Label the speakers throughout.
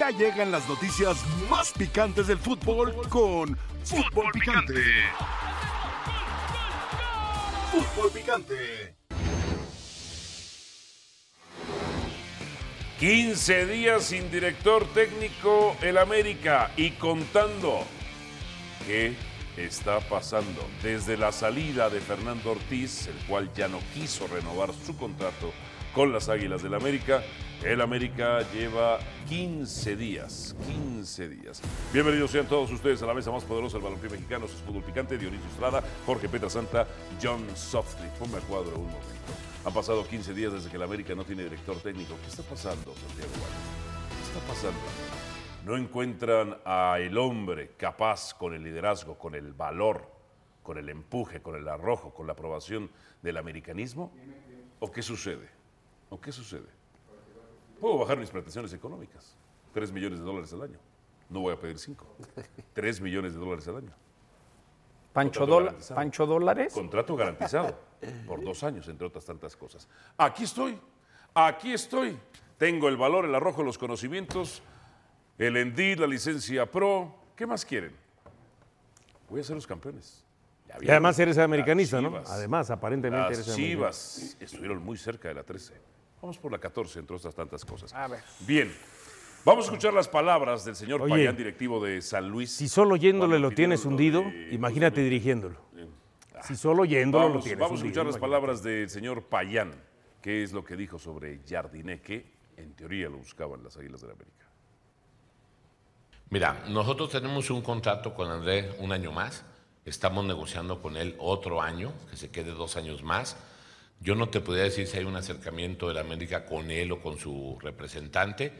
Speaker 1: Ya llegan las noticias más picantes del fútbol con Fútbol Picante. Fútbol Picante.
Speaker 2: 15 días sin director técnico el América y contando qué está pasando desde la salida de Fernando Ortiz, el cual ya no quiso renovar su contrato con las Águilas del América. El América lleva 15 días, 15 días. Bienvenidos sean todos ustedes a la mesa más poderosa del balompié mexicano, su fútbol picante, Dionisio Estrada, Jorge Petra Santa, John Softly. Ponme al cuadro un momento. Han pasado 15 días desde que el América no tiene director técnico. ¿Qué está pasando, Santiago Valle? ¿Qué está pasando? No encuentran al hombre capaz con el liderazgo, con el valor, con el empuje, con el arrojo, con la aprobación del americanismo. ¿O qué sucede? ¿O qué sucede? Puedo bajar mis pretensiones económicas. 3 millones de dólares al año. No voy a pedir 5. 3 millones de dólares al año.
Speaker 3: Pancho,
Speaker 2: Contrato
Speaker 3: dola-
Speaker 2: garantizado.
Speaker 3: Pancho Dólares.
Speaker 2: Contrato garantizado por dos años, entre otras tantas cosas. Aquí estoy, aquí estoy. Tengo el valor, el arrojo, los conocimientos, el ENDI, la licencia pro. ¿Qué más quieren? Voy a ser los campeones. Ya
Speaker 4: Y además eres
Speaker 2: vieron,
Speaker 4: americanista,
Speaker 2: las
Speaker 4: ¿no?
Speaker 2: Chivas.
Speaker 4: Además, aparentemente
Speaker 2: Las
Speaker 4: eres americanista.
Speaker 2: Chivas estuvieron muy cerca de la 13. Vamos por la 14, entre otras tantas cosas.
Speaker 3: A ver.
Speaker 2: Bien. Vamos a escuchar las palabras del señor
Speaker 4: Oye,
Speaker 2: Payán, directivo de San Luis.
Speaker 4: Si solo yéndole
Speaker 2: Cuando
Speaker 4: lo tienes
Speaker 2: pidieron
Speaker 4: hundido,
Speaker 2: lo de- pues,
Speaker 4: imagínate dirigiéndolo. Si solo yéndolo lo
Speaker 2: Ah. Vamos,
Speaker 4: tienes
Speaker 2: vamos a
Speaker 4: hundido,
Speaker 2: escuchar las
Speaker 4: imagínate.
Speaker 2: palabras del señor Payán, que es lo que dijo sobre Jardiné, que en teoría lo buscaban las Águilas del América.
Speaker 5: Mira, nosotros tenemos un contrato con Andrés un año más. Estamos negociando con él otro año, que se quede dos años más. Yo no te podría decir si hay un acercamiento de la América con él o con su representante.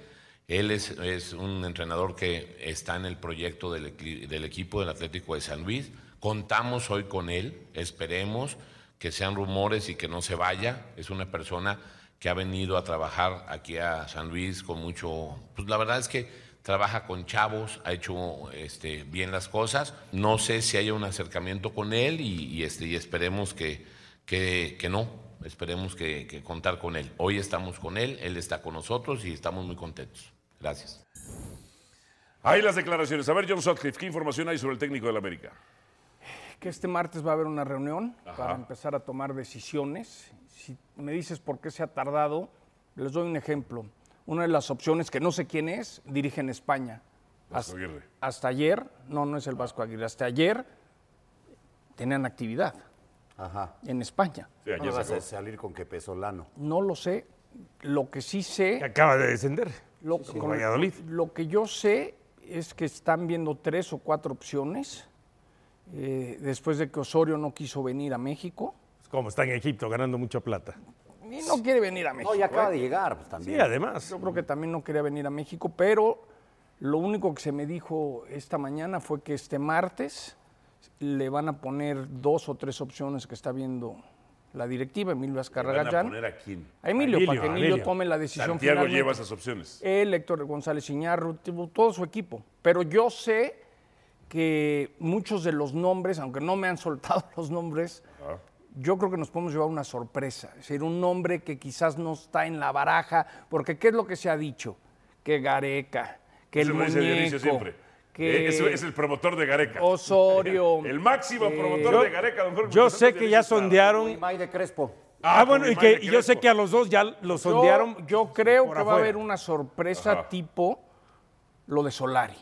Speaker 5: Él es, es un entrenador que está en el proyecto del, equi- del equipo del Atlético de San Luis. Contamos hoy con él, esperemos que sean rumores y que no se vaya. Es una persona que ha venido a trabajar aquí a San Luis con mucho... Pues la verdad es que trabaja con chavos, ha hecho este, bien las cosas. No sé si haya un acercamiento con él y, y, este, y esperemos que, que, que no, esperemos que, que contar con él. Hoy estamos con él, él está con nosotros y estamos muy contentos. Gracias.
Speaker 2: Ahí las declaraciones. A ver, John Sutcliffe, ¿qué información hay sobre el técnico del América?
Speaker 3: Que este martes va a haber una reunión para
Speaker 2: Ajá.
Speaker 3: empezar a tomar decisiones. Si me dices por qué se ha tardado, les doy un ejemplo. Una de las opciones que no sé quién es, dirige en España.
Speaker 2: Vasco
Speaker 3: Hasta-
Speaker 2: Aguirre.
Speaker 3: hasta ayer, no, no es el Vasco Aguirre, hasta ayer tenían actividad
Speaker 6: Ajá.
Speaker 3: en España.
Speaker 2: Sí,
Speaker 6: No
Speaker 2: ayer
Speaker 6: me
Speaker 2: se
Speaker 6: vas a
Speaker 2: acabó.
Speaker 6: salir con que Pesolano.
Speaker 3: No lo sé. Lo que sí sé.
Speaker 4: Que acaba de descender.
Speaker 3: Lo,
Speaker 4: con
Speaker 3: con-
Speaker 4: Valladolid.
Speaker 3: lo que yo sé es que están viendo tres o cuatro opciones eh, después de que Osorio no quiso venir a México.
Speaker 4: Es Como está en Egipto ganando mucha plata.
Speaker 3: Y no quiere venir a México.
Speaker 6: No, y acaba
Speaker 3: ¿eh?
Speaker 6: de llegar pues,
Speaker 4: Sí,
Speaker 6: también.
Speaker 4: además.
Speaker 3: Yo creo que también no quería venir a México, pero lo único que se me dijo esta mañana fue que este martes le van a poner dos o tres opciones que está viendo la directiva, Emilio
Speaker 2: ¿Van a
Speaker 3: Azcarragallán.
Speaker 2: poner a quién?
Speaker 3: A Emilio,
Speaker 4: Emilio,
Speaker 3: para que
Speaker 4: a
Speaker 3: Emilio,
Speaker 4: Emilio.
Speaker 3: tome la decisión
Speaker 2: Santiago
Speaker 3: finalmente.
Speaker 2: lleva esas opciones.
Speaker 3: Él, Héctor González Iñárritu, todo su equipo. Pero yo sé que muchos de los nombres, aunque no me han soltado los nombres,
Speaker 2: Ah.
Speaker 3: yo creo que nos podemos llevar una sorpresa. Es decir, un nombre que quizás no está en la baraja, porque ¿qué es lo que se ha dicho? Que Gareca, que
Speaker 2: Eso
Speaker 3: el
Speaker 2: me dice
Speaker 3: muñeco,
Speaker 2: Dionisio siempre.
Speaker 3: que
Speaker 2: Eh, Es, es el promotor de Gareca.
Speaker 3: Osorio.
Speaker 2: El máximo
Speaker 3: eh,
Speaker 2: promotor de Gareca, don Jorge
Speaker 4: Yo
Speaker 2: Vicente
Speaker 4: sé que
Speaker 2: Dionisio
Speaker 4: ya
Speaker 2: Estrada.
Speaker 6: Y
Speaker 4: sondearon.
Speaker 6: May de Crespo.
Speaker 4: Ah,
Speaker 2: con
Speaker 4: bueno, y,
Speaker 2: Imán de
Speaker 4: que, y yo sé
Speaker 2: Crespo.
Speaker 4: que a los dos ya los
Speaker 3: Yo-
Speaker 4: sondearon.
Speaker 3: Yo, creo que
Speaker 4: por
Speaker 3: va a
Speaker 4: afuera.
Speaker 3: haber una sorpresa
Speaker 2: Ajá.
Speaker 3: tipo lo de Solari.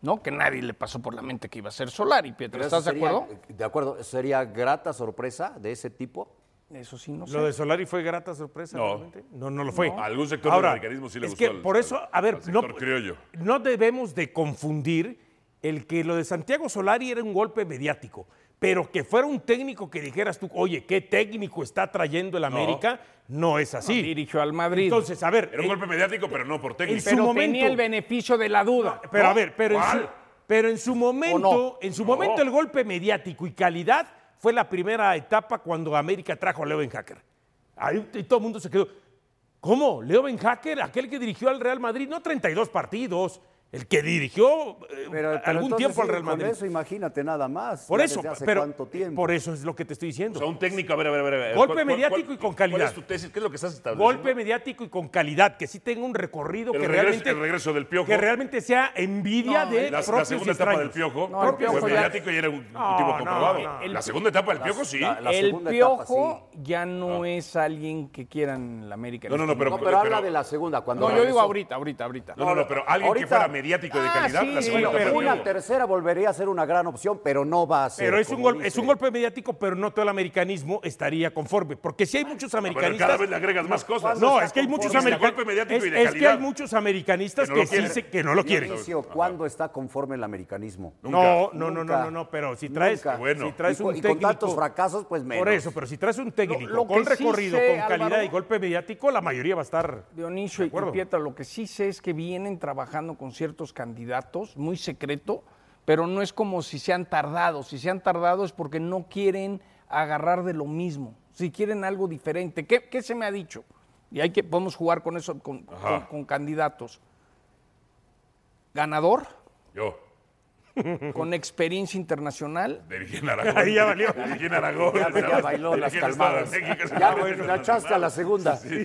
Speaker 3: ¿No? Que nadie le pasó por la mente que iba a ser Solari, Pietro.
Speaker 6: Pero
Speaker 3: ¿Estás
Speaker 6: eso
Speaker 3: de
Speaker 6: sería- eh,
Speaker 3: acuerdo?
Speaker 6: De acuerdo. ¿Sería grata sorpresa de ese tipo?
Speaker 3: Eso sí, no
Speaker 4: ¿Lo de
Speaker 3: sé.
Speaker 4: Solari fue grata sorpresa?
Speaker 2: No.
Speaker 4: realmente? no, no lo fue.
Speaker 2: No. Algún sector del
Speaker 4: Ahora,
Speaker 2: americanismo sí le
Speaker 4: es
Speaker 2: gustó
Speaker 4: que
Speaker 2: al-
Speaker 4: por eso,
Speaker 2: al-
Speaker 4: a ver,
Speaker 2: al
Speaker 4: no,
Speaker 2: sector criollo.
Speaker 4: no debemos de confundir el que lo de Santiago Solari era un golpe mediático, pero que fuera un técnico que dijeras tú, oye, ¿qué técnico está trayendo el América? No, es así.
Speaker 3: Dirigió al Madrid.
Speaker 4: Entonces, a ver,
Speaker 2: Era un
Speaker 4: eh,
Speaker 2: golpe mediático, pero no por técnico.
Speaker 4: su
Speaker 3: pero
Speaker 4: momento.
Speaker 3: tenía el beneficio de la duda.
Speaker 4: pero
Speaker 3: ¿no?
Speaker 4: a ver, pero en su,
Speaker 2: ¿Cuál?
Speaker 4: pero en su momento, en su momento el golpe mediático y calidad fue la primera etapa cuando América trajo a Leo Hacker. Ahí t- todo el mundo se quedó. ¿Cómo? Leo Hacker, aquel que dirigió al Real Madrid, no 32 partidos, El que dirigió eh,
Speaker 6: Pero- pero
Speaker 4: algún
Speaker 6: entonces
Speaker 4: tiempo al
Speaker 6: sí,
Speaker 4: Real Madrid.
Speaker 6: Con eso, imagínate nada más.
Speaker 4: por
Speaker 6: ya
Speaker 4: eso,
Speaker 6: desde hace
Speaker 4: pero
Speaker 6: cuánto tiempo.
Speaker 4: por eso es lo que te estoy diciendo.
Speaker 2: O sea, un técnico, a ver, a ver, a ver, a ver.
Speaker 4: Golpe
Speaker 2: ¿Cuál- cuál-
Speaker 4: mediático
Speaker 2: cuál-
Speaker 4: y con
Speaker 2: ¿Cuál
Speaker 4: calidad.
Speaker 2: es tu tesis? ¿Qué es lo que estás estableciendo?
Speaker 4: Golpe mediático y con calidad, que sí tenga un recorrido
Speaker 2: El
Speaker 4: que
Speaker 2: regreso-
Speaker 4: realmente
Speaker 2: el regreso del Piojo.
Speaker 4: que realmente sea envidia
Speaker 3: No,
Speaker 4: de
Speaker 2: La, la
Speaker 4: propios y
Speaker 2: segunda etapa
Speaker 4: extraños.
Speaker 2: del Piojo
Speaker 3: No, el
Speaker 2: fue
Speaker 3: Piojo ya-
Speaker 2: mediático y era un
Speaker 4: No,
Speaker 2: tipo
Speaker 4: no,
Speaker 2: comprobado.
Speaker 4: no.
Speaker 2: La segunda etapa del Piojo sí.
Speaker 6: la- la-
Speaker 3: el
Speaker 6: segunda etapa,
Speaker 3: Piojo ya no es alguien que quieran en la América.
Speaker 2: No, no, no, pero, pues,
Speaker 6: No, pero, habla de la segunda. Cuando
Speaker 3: No, yo digo
Speaker 6: regresó.
Speaker 3: ahorita, ahorita, ahorita.
Speaker 2: no, no, no, pero alguien que
Speaker 6: Ahorita-
Speaker 2: fuera mediático y de
Speaker 3: Ah,
Speaker 2: calidad,
Speaker 3: sí,
Speaker 2: la segunda
Speaker 3: bueno,
Speaker 2: etapa del
Speaker 3: pero
Speaker 6: Una
Speaker 2: Piojo.
Speaker 6: tercera volvería a ser una gran opción, pero no va a ser.
Speaker 4: Pero es un,
Speaker 6: como
Speaker 4: golpe,
Speaker 6: dice.
Speaker 4: es un golpe mediático, pero no todo el americanismo estaría conforme. Porque si hay muchos
Speaker 2: Pero cada
Speaker 4: americanistas.
Speaker 2: vez le agregas más cosas.
Speaker 4: No, es que hay muchos
Speaker 2: Dijiste golpe
Speaker 4: americanistas.
Speaker 2: mediático
Speaker 4: Es,
Speaker 2: y de
Speaker 4: es que hay
Speaker 2: calidad.
Speaker 4: muchos americanistas
Speaker 2: Que no
Speaker 4: que,
Speaker 2: lo
Speaker 4: sí
Speaker 2: quieren.
Speaker 4: se- que no lo quieren.
Speaker 6: Dionisio, ¿cuándo está conforme el americanismo?
Speaker 4: No,
Speaker 2: Nunca.
Speaker 4: no, no, no,
Speaker 6: Nunca.
Speaker 4: no, no, pero si traes,
Speaker 6: Nunca.
Speaker 2: Bueno.
Speaker 4: si traes
Speaker 6: Y con-
Speaker 4: un
Speaker 6: y con
Speaker 4: técnico.
Speaker 6: tantos fracasos, pues menos.
Speaker 4: Por eso, pero si traes un técnico
Speaker 3: lo que
Speaker 4: con
Speaker 3: sí
Speaker 4: recorrido,
Speaker 3: sé,
Speaker 4: con calidad
Speaker 3: Álvaro-
Speaker 4: y golpe mediático, la mayoría va a estar.
Speaker 3: Dionisio
Speaker 4: De
Speaker 3: y
Speaker 4: acuerdo.
Speaker 3: Pietra, lo que sí sé es que vienen trabajando con ciertos candidatos, muy secreto, pero no es como si se han tardado. Si se han tardado es porque no quieren agarrar de lo mismo, si quieren algo diferente. ¿Qué, qué se me ha dicho? Y hay que podemos jugar con eso, con, con- con candidatos. Ganador,
Speaker 2: Yo,
Speaker 3: con experiencia internacional.
Speaker 2: de Virgen Aragón.
Speaker 4: Ahí ya valió.
Speaker 2: De Virgen Aragón.
Speaker 6: Ya, ya bailó
Speaker 2: De
Speaker 6: las
Speaker 2: Virgen Estado de
Speaker 6: calmadas.
Speaker 2: México, se
Speaker 6: Ya
Speaker 2: llama
Speaker 6: me
Speaker 2: Virgen
Speaker 6: la echaste a la segunda. A
Speaker 2: El
Speaker 6: ver, ¿qué, qué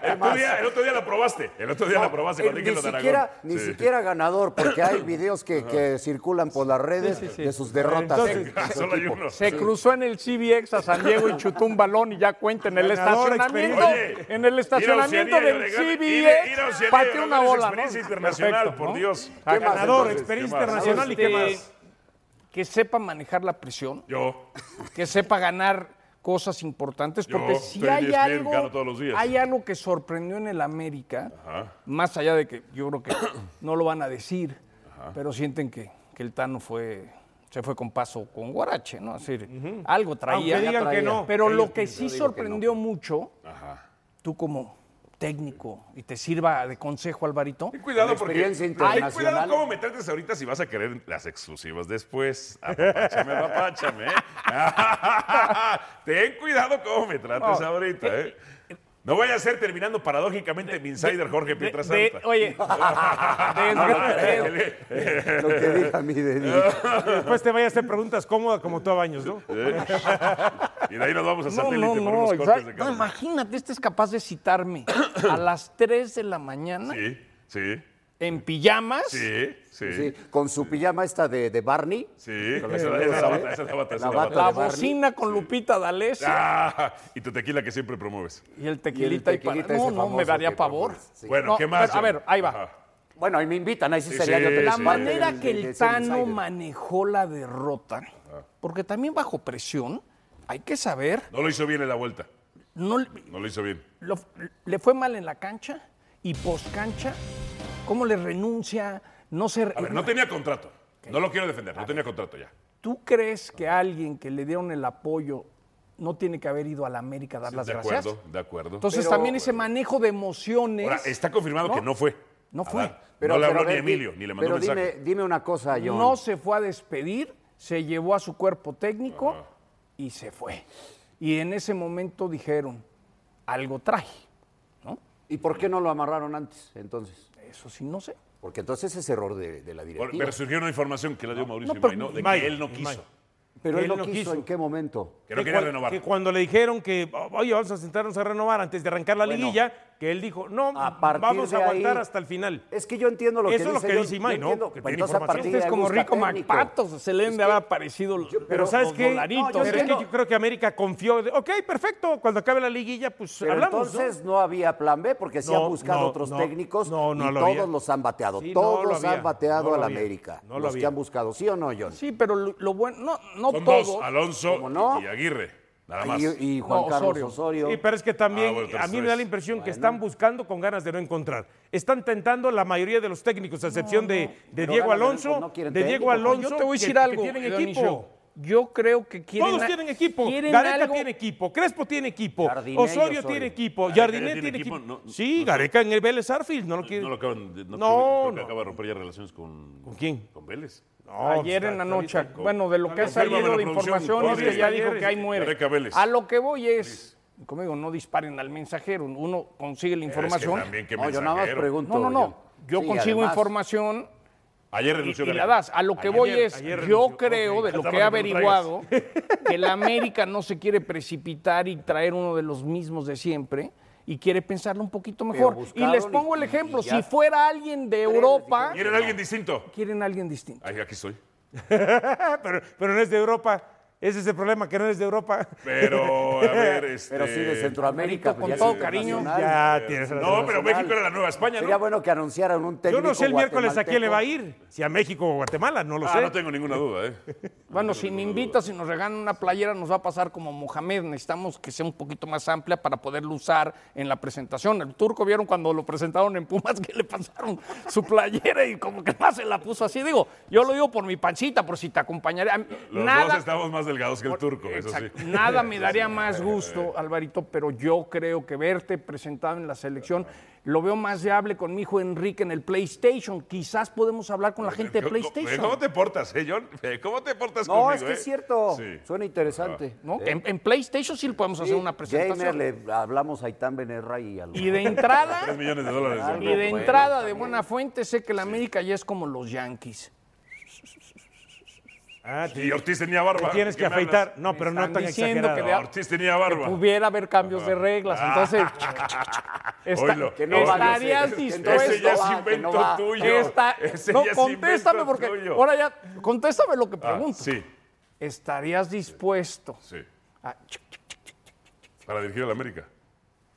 Speaker 2: otro,
Speaker 6: más?
Speaker 2: día, el otro día la probaste. El otro día la probaste
Speaker 6: Eh,
Speaker 2: con
Speaker 6: ni
Speaker 2: Virgen de Aragón.
Speaker 6: siquiera, ni
Speaker 2: Sí.
Speaker 6: siquiera ganador, porque hay videos que, que circulan por las redes
Speaker 3: Sí, sí, sí.
Speaker 6: de sus derrotas.
Speaker 4: Entonces,
Speaker 6: de su
Speaker 2: Solo hay
Speaker 6: equipo.
Speaker 2: uno.
Speaker 3: Se cruzó en el CBX a San Diego y chutó un balón y ya cuenta en el
Speaker 4: Ganador,
Speaker 3: estacionamiento.
Speaker 2: Oye,
Speaker 3: en el
Speaker 2: ir
Speaker 3: estacionamiento
Speaker 2: a Oceanía y
Speaker 3: del
Speaker 2: Oregón, ir- ir a
Speaker 3: CBX
Speaker 2: Oceanía y
Speaker 3: pateó
Speaker 2: Oregón
Speaker 3: una
Speaker 2: es
Speaker 3: bola. ¿no?
Speaker 2: experiencia internacional,
Speaker 3: Perfecto,
Speaker 2: por
Speaker 3: ¿no?
Speaker 2: Dios.
Speaker 6: ¿Qué más,
Speaker 4: Ganador,
Speaker 6: entonces?
Speaker 4: experiencia
Speaker 2: ¿Qué más?
Speaker 4: internacional y
Speaker 3: Este,
Speaker 4: qué más.
Speaker 3: Que sepa manejar la presión,
Speaker 2: Yo.
Speaker 3: que sepa ganar cosas importantes,
Speaker 2: Yo
Speaker 3: porque si
Speaker 2: estoy en
Speaker 3: hay
Speaker 2: ESPN,
Speaker 3: algo,
Speaker 2: gano todos los días.
Speaker 3: hay algo que sorprendió en el América, más allá de que yo creo que no lo van a decir, pero sienten que, que el Tano fue se fue con paso con Guarache, ¿no? Así, Algo traía.
Speaker 4: Aunque digan que no.
Speaker 3: Pero lo que sí sorprendió mucho, tú como técnico, y te sirva de consejo, Alvarito,
Speaker 2: Ten cuidado
Speaker 6: Con
Speaker 2: porque.
Speaker 6: experiencia
Speaker 2: Ten cuidado
Speaker 6: internacional.
Speaker 2: cómo me trates ahorita si vas a querer las exclusivas después. Apapáchame, apapáchame. ¿eh? Ten cuidado cómo me trates ahorita, ¿eh? No vaya a ser terminando paradójicamente mi insider Jorge
Speaker 3: de-
Speaker 2: Pietrasanta. Ah,
Speaker 3: de- oye, desgra- de-
Speaker 6: Lo que diga mi dedito.
Speaker 2: Ah,
Speaker 4: Después te vayas a hacer preguntas cómodas como tú a baños, ¿no?
Speaker 2: Y de ahí nos vamos a
Speaker 3: no,
Speaker 2: satélite
Speaker 3: no,
Speaker 2: por
Speaker 3: no,
Speaker 2: unos cortes
Speaker 3: exacto.
Speaker 2: de
Speaker 3: No,
Speaker 2: cada uno.
Speaker 3: imagínate, este es capaz de citarme a las 3 de la mañana
Speaker 2: Sí, sí,
Speaker 3: en pijamas.
Speaker 2: sí, sí.
Speaker 6: Sí, con su pijama esta de, de Barney.
Speaker 2: Sí,
Speaker 6: Con
Speaker 2: esa esa
Speaker 6: la cerveza,
Speaker 2: es la
Speaker 6: ¿eh?
Speaker 2: bata, esa es la bata, esa es
Speaker 6: La
Speaker 2: la
Speaker 6: bata.
Speaker 2: bata.
Speaker 3: La
Speaker 6: de Barney.
Speaker 3: bocina con Lupita D'Alessio
Speaker 2: Ah, y tu tequila que siempre promueves.
Speaker 3: y el tequilita y, para-
Speaker 6: tequilita ese
Speaker 3: No, no, me
Speaker 6: famoso
Speaker 3: daría
Speaker 6: que
Speaker 3: pavor.
Speaker 6: pones, sí.
Speaker 2: Bueno,
Speaker 3: No,
Speaker 2: ¿qué más?
Speaker 3: pero, a ver, ahí va.
Speaker 2: Ajá.
Speaker 6: Bueno, ahí me invitan, ahí sí,
Speaker 2: Sí,
Speaker 6: sería yo
Speaker 2: sí,
Speaker 6: también
Speaker 2: sí.
Speaker 3: La
Speaker 6: parte
Speaker 3: manera
Speaker 6: del-
Speaker 3: que
Speaker 6: del-
Speaker 3: el
Speaker 6: del
Speaker 3: Tano
Speaker 6: insider.
Speaker 3: manejó la derrota,
Speaker 2: Ah.
Speaker 3: porque también bajo presión, hay que saber,
Speaker 2: No lo hizo bien en la vuelta.
Speaker 3: no, le-
Speaker 2: No lo hizo bien.
Speaker 3: lo- le fue mal en la cancha y post cancha, cómo le renuncia, no se...
Speaker 2: A ver, no tenía contrato. No lo quiero defender, no tenía contrato ya.
Speaker 3: ¿Tú crees que alguien que le dieron el apoyo no tiene que haber ido a la América a dar las
Speaker 2: de
Speaker 3: gracias?
Speaker 2: acuerdo, de acuerdo.
Speaker 3: Entonces también ese manejo de emociones.
Speaker 2: Ahora, está confirmado que no fue.
Speaker 3: No
Speaker 2: A
Speaker 3: fue.
Speaker 2: dar. no le habló
Speaker 6: a
Speaker 2: ni
Speaker 6: ver,
Speaker 2: a Emilio,
Speaker 6: di-
Speaker 2: ni le mandó
Speaker 6: Pero
Speaker 2: mensaje.
Speaker 6: Dime, dime una cosa, John.
Speaker 3: no se fue a despedir, se llevó a su cuerpo técnico y se fue. Y en ese momento dijeron, algo trae.
Speaker 6: ¿Y por qué no lo amarraron antes, entonces?
Speaker 3: Eso sí, no sé.
Speaker 6: Porque entonces es error de, de la
Speaker 2: Por-
Speaker 6: directiva.
Speaker 2: pero surgió una información que la dio Mauricio
Speaker 3: no, pero-
Speaker 2: Imay, ¿no? de
Speaker 4: Imay,
Speaker 2: que él no
Speaker 4: Imay.
Speaker 2: quiso,
Speaker 6: Pero
Speaker 4: Él
Speaker 6: él lo
Speaker 4: no
Speaker 6: quiso,
Speaker 4: quiso.
Speaker 6: ¿en qué momento?
Speaker 2: que no
Speaker 4: Que
Speaker 2: quería
Speaker 4: cuan-
Speaker 2: renovar.
Speaker 4: Que cuando le dijeron que, "Oh, oye, vamos a sentarnos a renovar antes de arrancar la liguilla, que él dijo, no,
Speaker 6: A partir
Speaker 4: vamos a
Speaker 6: de ahí- Eh,
Speaker 4: aguantar hasta el final.
Speaker 6: Es que yo entiendo
Speaker 4: Eso
Speaker 6: lo que
Speaker 4: es
Speaker 6: dice
Speaker 4: lo que
Speaker 6: yo-
Speaker 4: dice
Speaker 6: yo
Speaker 4: Imay, ¿no?
Speaker 6: entiendo,
Speaker 4: Que
Speaker 6: pero
Speaker 4: tiene
Speaker 6: entonces, a
Speaker 4: información.
Speaker 6: partir
Speaker 3: Este
Speaker 6: de
Speaker 3: es
Speaker 6: ahí
Speaker 3: como
Speaker 6: busca
Speaker 3: Rico
Speaker 6: técnico.
Speaker 3: MacPatos, se le han de haber aparecido los,
Speaker 4: Pero ¿sabes
Speaker 3: los
Speaker 4: qué?
Speaker 3: dolaritos.
Speaker 4: Pero es que
Speaker 6: entiendo.
Speaker 4: yo creo que América confió. de, ok, perfecto. Cuando acabe la liguilla, pues
Speaker 6: Pero
Speaker 4: hablamos. ¿no?
Speaker 6: entonces ¿no? había plan B porque se
Speaker 4: No,
Speaker 6: han buscado
Speaker 4: no,
Speaker 6: otros
Speaker 4: no,
Speaker 6: técnicos
Speaker 4: no, no
Speaker 6: y
Speaker 4: lo
Speaker 6: todos
Speaker 4: había.
Speaker 6: los han bateado.
Speaker 4: Sí, no
Speaker 6: todos
Speaker 4: lo había,
Speaker 6: han bateado
Speaker 4: no
Speaker 6: a
Speaker 4: lo
Speaker 6: la
Speaker 4: había,
Speaker 6: América.
Speaker 4: no lo
Speaker 6: los que
Speaker 4: había.
Speaker 6: han buscado, ¿sí o no, John?
Speaker 3: Sí, pero lo, lo bueno, no, no
Speaker 2: Son
Speaker 3: todos.
Speaker 2: dos, Alonso
Speaker 6: ¿Cómo no?
Speaker 2: y Aguirre. Nada más.
Speaker 6: Y, y Juan
Speaker 3: No,
Speaker 6: Carlos
Speaker 3: Osorio.
Speaker 6: Osorio.
Speaker 4: Sí, pero es que también
Speaker 2: Ah, bueno, pero
Speaker 4: a mí me da la
Speaker 2: sabes.
Speaker 4: impresión que están buscando con ganas de no encontrar. Están tentando la mayoría de los técnicos, a excepción de, de
Speaker 6: Pero
Speaker 4: Diego
Speaker 6: ganan,
Speaker 4: Alonso.
Speaker 6: no quieren
Speaker 4: de Diego
Speaker 6: técnico.
Speaker 4: Alonso.
Speaker 3: Yo te voy a
Speaker 4: que-
Speaker 3: decir
Speaker 4: que
Speaker 3: algo.
Speaker 4: tienen
Speaker 3: Dionisio.
Speaker 4: equipo.
Speaker 3: Yo creo que quieren.
Speaker 4: Todos
Speaker 3: a-
Speaker 4: tienen equipo.
Speaker 3: quieren
Speaker 4: Gareca
Speaker 3: algo-
Speaker 4: tiene equipo. Crespo tiene equipo.
Speaker 6: Jardiné y
Speaker 4: Osorio,
Speaker 6: Osorio.
Speaker 4: tiene equipo.
Speaker 2: Gareca ya
Speaker 4: Jardiné
Speaker 2: tiene
Speaker 4: tiene,
Speaker 2: equipo,
Speaker 4: equipo.
Speaker 2: no- no-
Speaker 4: sí,
Speaker 2: no sé.
Speaker 4: Gareca en el Vélez Arfield no lo quiere.
Speaker 2: No lo acaban de, no,
Speaker 4: No,
Speaker 2: creo que
Speaker 4: no.
Speaker 2: acaba de romper ya relaciones con.
Speaker 4: ¿Con quién?
Speaker 2: Con Vélez.
Speaker 4: No,
Speaker 3: Ayer
Speaker 4: está-
Speaker 3: en la
Speaker 4: está
Speaker 3: noche,
Speaker 4: bien.
Speaker 3: bueno, de lo que ha
Speaker 2: Confírmame la
Speaker 3: salido de
Speaker 2: producción,
Speaker 3: información es
Speaker 2: Jorge.
Speaker 3: que ya dijo que ahí muere.
Speaker 2: Rebeca Vélez.
Speaker 3: A lo que voy es, como digo, no disparen al mensajero, uno consigue la
Speaker 2: Pero es que
Speaker 3: información.
Speaker 2: también qué
Speaker 6: No, yo nada más
Speaker 2: mensajero.
Speaker 6: pregunto.
Speaker 3: No, no, no,
Speaker 6: John.
Speaker 3: yo
Speaker 6: Sí,
Speaker 3: consigo
Speaker 6: además,
Speaker 3: información
Speaker 2: Ayer
Speaker 3: Y,
Speaker 2: renunció
Speaker 3: y la
Speaker 2: Gareca.
Speaker 3: das. A lo que voy
Speaker 4: Ayer-
Speaker 3: es,
Speaker 4: ayer
Speaker 3: yo
Speaker 4: renunció.
Speaker 3: creo,
Speaker 4: Ok,
Speaker 3: de lo
Speaker 4: faltaba
Speaker 3: que he
Speaker 4: que me lo
Speaker 3: averiguado, que la América no se quiere precipitar y traer uno de los mismos de siempre y quiere pensarlo un poquito mejor. Y
Speaker 6: buscaron
Speaker 3: les
Speaker 6: y-
Speaker 3: pongo el
Speaker 6: y-
Speaker 3: ejemplo,
Speaker 6: y ya.
Speaker 3: si fuera alguien de Europa,
Speaker 2: ¿Quieren alguien distinto?
Speaker 3: quieren a alguien distinto.
Speaker 2: Ay, aquí estoy.
Speaker 4: Ah, pero, pero no es de Europa. Ese es el problema, que no es de Europa.
Speaker 2: Pero, a ver, este...
Speaker 6: Pero sí de Centroamérica.
Speaker 3: Margarito,
Speaker 6: pues, ya
Speaker 3: con
Speaker 6: es
Speaker 3: todo cariño.
Speaker 6: internacional.
Speaker 4: Ya tienes razón.
Speaker 2: No, pero México era la nueva España,
Speaker 6: Sería
Speaker 2: ¿no?
Speaker 6: bueno que anunciaran un técnico
Speaker 4: Yo no sé el miércoles a quién le va a
Speaker 6: guatemalteco.
Speaker 4: ir. Si a México o Guatemala, no lo
Speaker 2: Ah,
Speaker 4: sé.
Speaker 2: no tengo ninguna duda, ¿eh?
Speaker 3: Bueno, si me invitas y nos regalan una playera, nos va a pasar como Mohamed. Necesitamos que sea un poquito más amplia para poderlo usar en la presentación. El turco vieron cuando lo presentaron en Pumas que le pasaron su playera y como que más se la puso así. Digo, yo lo digo por mi pancita, por si te acompañaré. A mí-
Speaker 2: Los dos
Speaker 3: Nada,
Speaker 2: estamos más delgados que el turco, eso sí.
Speaker 3: Exacto. Nada me daría más gusto, Alvarito, pero yo creo que verte presentado en la selección lo veo más viable con mi hijo Enrique en el PlayStation. Quizás podemos hablar con la gente de
Speaker 2: ¿Cómo-
Speaker 3: PlayStation.
Speaker 2: ¿Cómo te portas, eh, John? ¿Cómo te portas
Speaker 6: No,
Speaker 2: conmigo,
Speaker 6: es que
Speaker 2: eh?
Speaker 6: es cierto.
Speaker 2: Sí.
Speaker 6: Suena interesante.
Speaker 3: ¿no? En, en PlayStation sí le podemos hacer una
Speaker 6: Gamer,
Speaker 3: presentación.
Speaker 6: le hablamos a Itán Benerra y a los...
Speaker 3: Y de
Speaker 2: Tres
Speaker 3: entrada,
Speaker 2: millones de dólares.
Speaker 3: y
Speaker 2: John.
Speaker 3: de entrada de buena fuente, sé que la América ya es como los Yankees.
Speaker 4: Ah, te-
Speaker 2: Y Ortiz tenía
Speaker 4: te
Speaker 2: barba.
Speaker 4: tienes
Speaker 2: ¿De
Speaker 4: que
Speaker 2: qué me
Speaker 4: afeitar.
Speaker 2: hablas?
Speaker 4: No, pero no
Speaker 3: están
Speaker 4: tan
Speaker 3: diciendo
Speaker 4: exagerado.
Speaker 3: que
Speaker 2: No, Ortiz tenía barba.
Speaker 3: Hubiera haber cambios de reglas, entonces está-
Speaker 2: Oílo.
Speaker 6: Que no va,
Speaker 3: estarías
Speaker 6: que no-
Speaker 3: dispuesto.
Speaker 2: Ese ya es
Speaker 6: va, que
Speaker 2: invento
Speaker 6: no va.
Speaker 2: tuyo.
Speaker 3: Esta-
Speaker 2: Ese
Speaker 3: no,
Speaker 2: ya es
Speaker 3: contéstame
Speaker 2: invento
Speaker 3: porque
Speaker 2: tuyo.
Speaker 3: ahora ya, contéstame lo que
Speaker 2: Ah,
Speaker 3: pregunto.
Speaker 2: sí,
Speaker 3: ¿Estarías dispuesto
Speaker 2: sí.
Speaker 4: Ah,
Speaker 3: a ch- ch-
Speaker 2: Para dirigir a la América.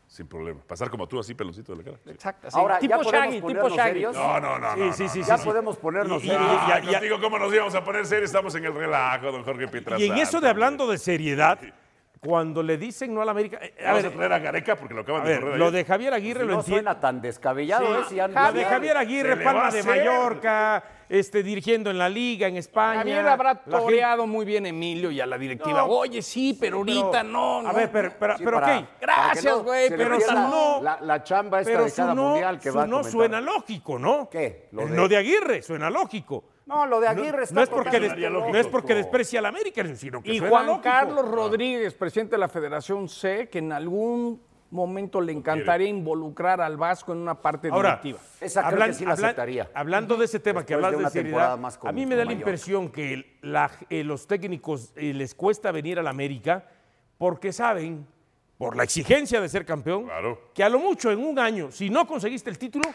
Speaker 2: Sin problema. Pasar como tú, así, peloncito de la cara.
Speaker 3: exacto, así,
Speaker 6: Ahora, ¿ya
Speaker 3: tipo
Speaker 6: podemos
Speaker 3: Shaggy, tipo
Speaker 6: ponernos
Speaker 3: Shaggy?
Speaker 6: serios?
Speaker 2: No, no, no. no,
Speaker 4: Sí, sí,
Speaker 2: no,
Speaker 4: sí,
Speaker 2: no,
Speaker 4: sí,
Speaker 6: Ya
Speaker 4: sí.
Speaker 6: podemos ponernos...
Speaker 4: Y- y-
Speaker 6: serios.
Speaker 4: y-
Speaker 2: Ah,
Speaker 4: ya-
Speaker 2: no
Speaker 4: ya-
Speaker 2: digo cómo nos íbamos a poner serios, estamos en el relajo, don Jorge Pietrasanta.
Speaker 4: Y en eso de hablando de seriedad, cuando le dicen no a la América. eh, A
Speaker 2: Vamos a
Speaker 4: ver,
Speaker 2: traer a Gareca porque lo acaban
Speaker 4: a
Speaker 2: de
Speaker 4: ver,
Speaker 2: correr
Speaker 4: lo
Speaker 2: ayer.
Speaker 4: de Javier Aguirre lo
Speaker 6: No
Speaker 4: entiendo.
Speaker 6: suena tan descabellado, ¿eh? Si ya-
Speaker 4: Lo de
Speaker 3: Javier-
Speaker 4: Javier
Speaker 2: Se
Speaker 4: Aguirre,
Speaker 2: le va a
Speaker 4: Palma de
Speaker 2: hacer.
Speaker 4: Mallorca, este, dirigiendo en la Liga, en España.
Speaker 3: Javier habrá
Speaker 4: la gente-
Speaker 3: toreado muy bien a Emilio y a la directiva.
Speaker 4: No,
Speaker 3: Oye, sí, pero ahorita no.
Speaker 4: A
Speaker 3: no".
Speaker 4: ver, pero, pero,
Speaker 6: Sí,
Speaker 4: pero,
Speaker 6: para-
Speaker 4: ok.
Speaker 6: para que
Speaker 3: Gracias,
Speaker 6: no
Speaker 3: güey,
Speaker 6: se le
Speaker 4: pero
Speaker 6: pierda
Speaker 4: su no-
Speaker 6: La, la chamba esta
Speaker 4: Pero
Speaker 6: de
Speaker 4: su
Speaker 6: cada
Speaker 4: no,
Speaker 6: mundial que
Speaker 4: su
Speaker 6: va a
Speaker 4: no
Speaker 6: comentar.
Speaker 4: suena lógico, ¿no?
Speaker 6: ¿Qué? Lo
Speaker 4: El
Speaker 6: de-
Speaker 4: no de Aguirre, suena lógico.
Speaker 6: No, lo de Aguirre está
Speaker 4: No es, porque
Speaker 6: totalmente
Speaker 4: des- no es
Speaker 6: lógico.
Speaker 4: porque desprecia a la América, sino que
Speaker 3: Y
Speaker 4: suena
Speaker 3: Juan
Speaker 4: lógico. Ah.
Speaker 3: Carlos Rodríguez, presidente de la Federación, sé que en algún momento le encantaría involucrar al Vasco en una parte
Speaker 4: Ahora,
Speaker 3: directiva.
Speaker 6: Esa creo
Speaker 4: hablan-
Speaker 6: que sí la
Speaker 4: hablan-
Speaker 6: aceptaría.
Speaker 4: Hablando de ese tema que
Speaker 6: Después
Speaker 4: hablas
Speaker 6: de
Speaker 4: de,
Speaker 6: una
Speaker 4: seriedad,
Speaker 6: temporada más con-
Speaker 4: a mí me da
Speaker 6: con
Speaker 4: la
Speaker 6: Mallorca.
Speaker 4: impresión que el- la- eh, los técnicos eh, les cuesta venir a la América porque saben, por la exigencia de ser campeón,
Speaker 2: Claro.
Speaker 4: que a lo mucho en un año, si no conseguiste el título,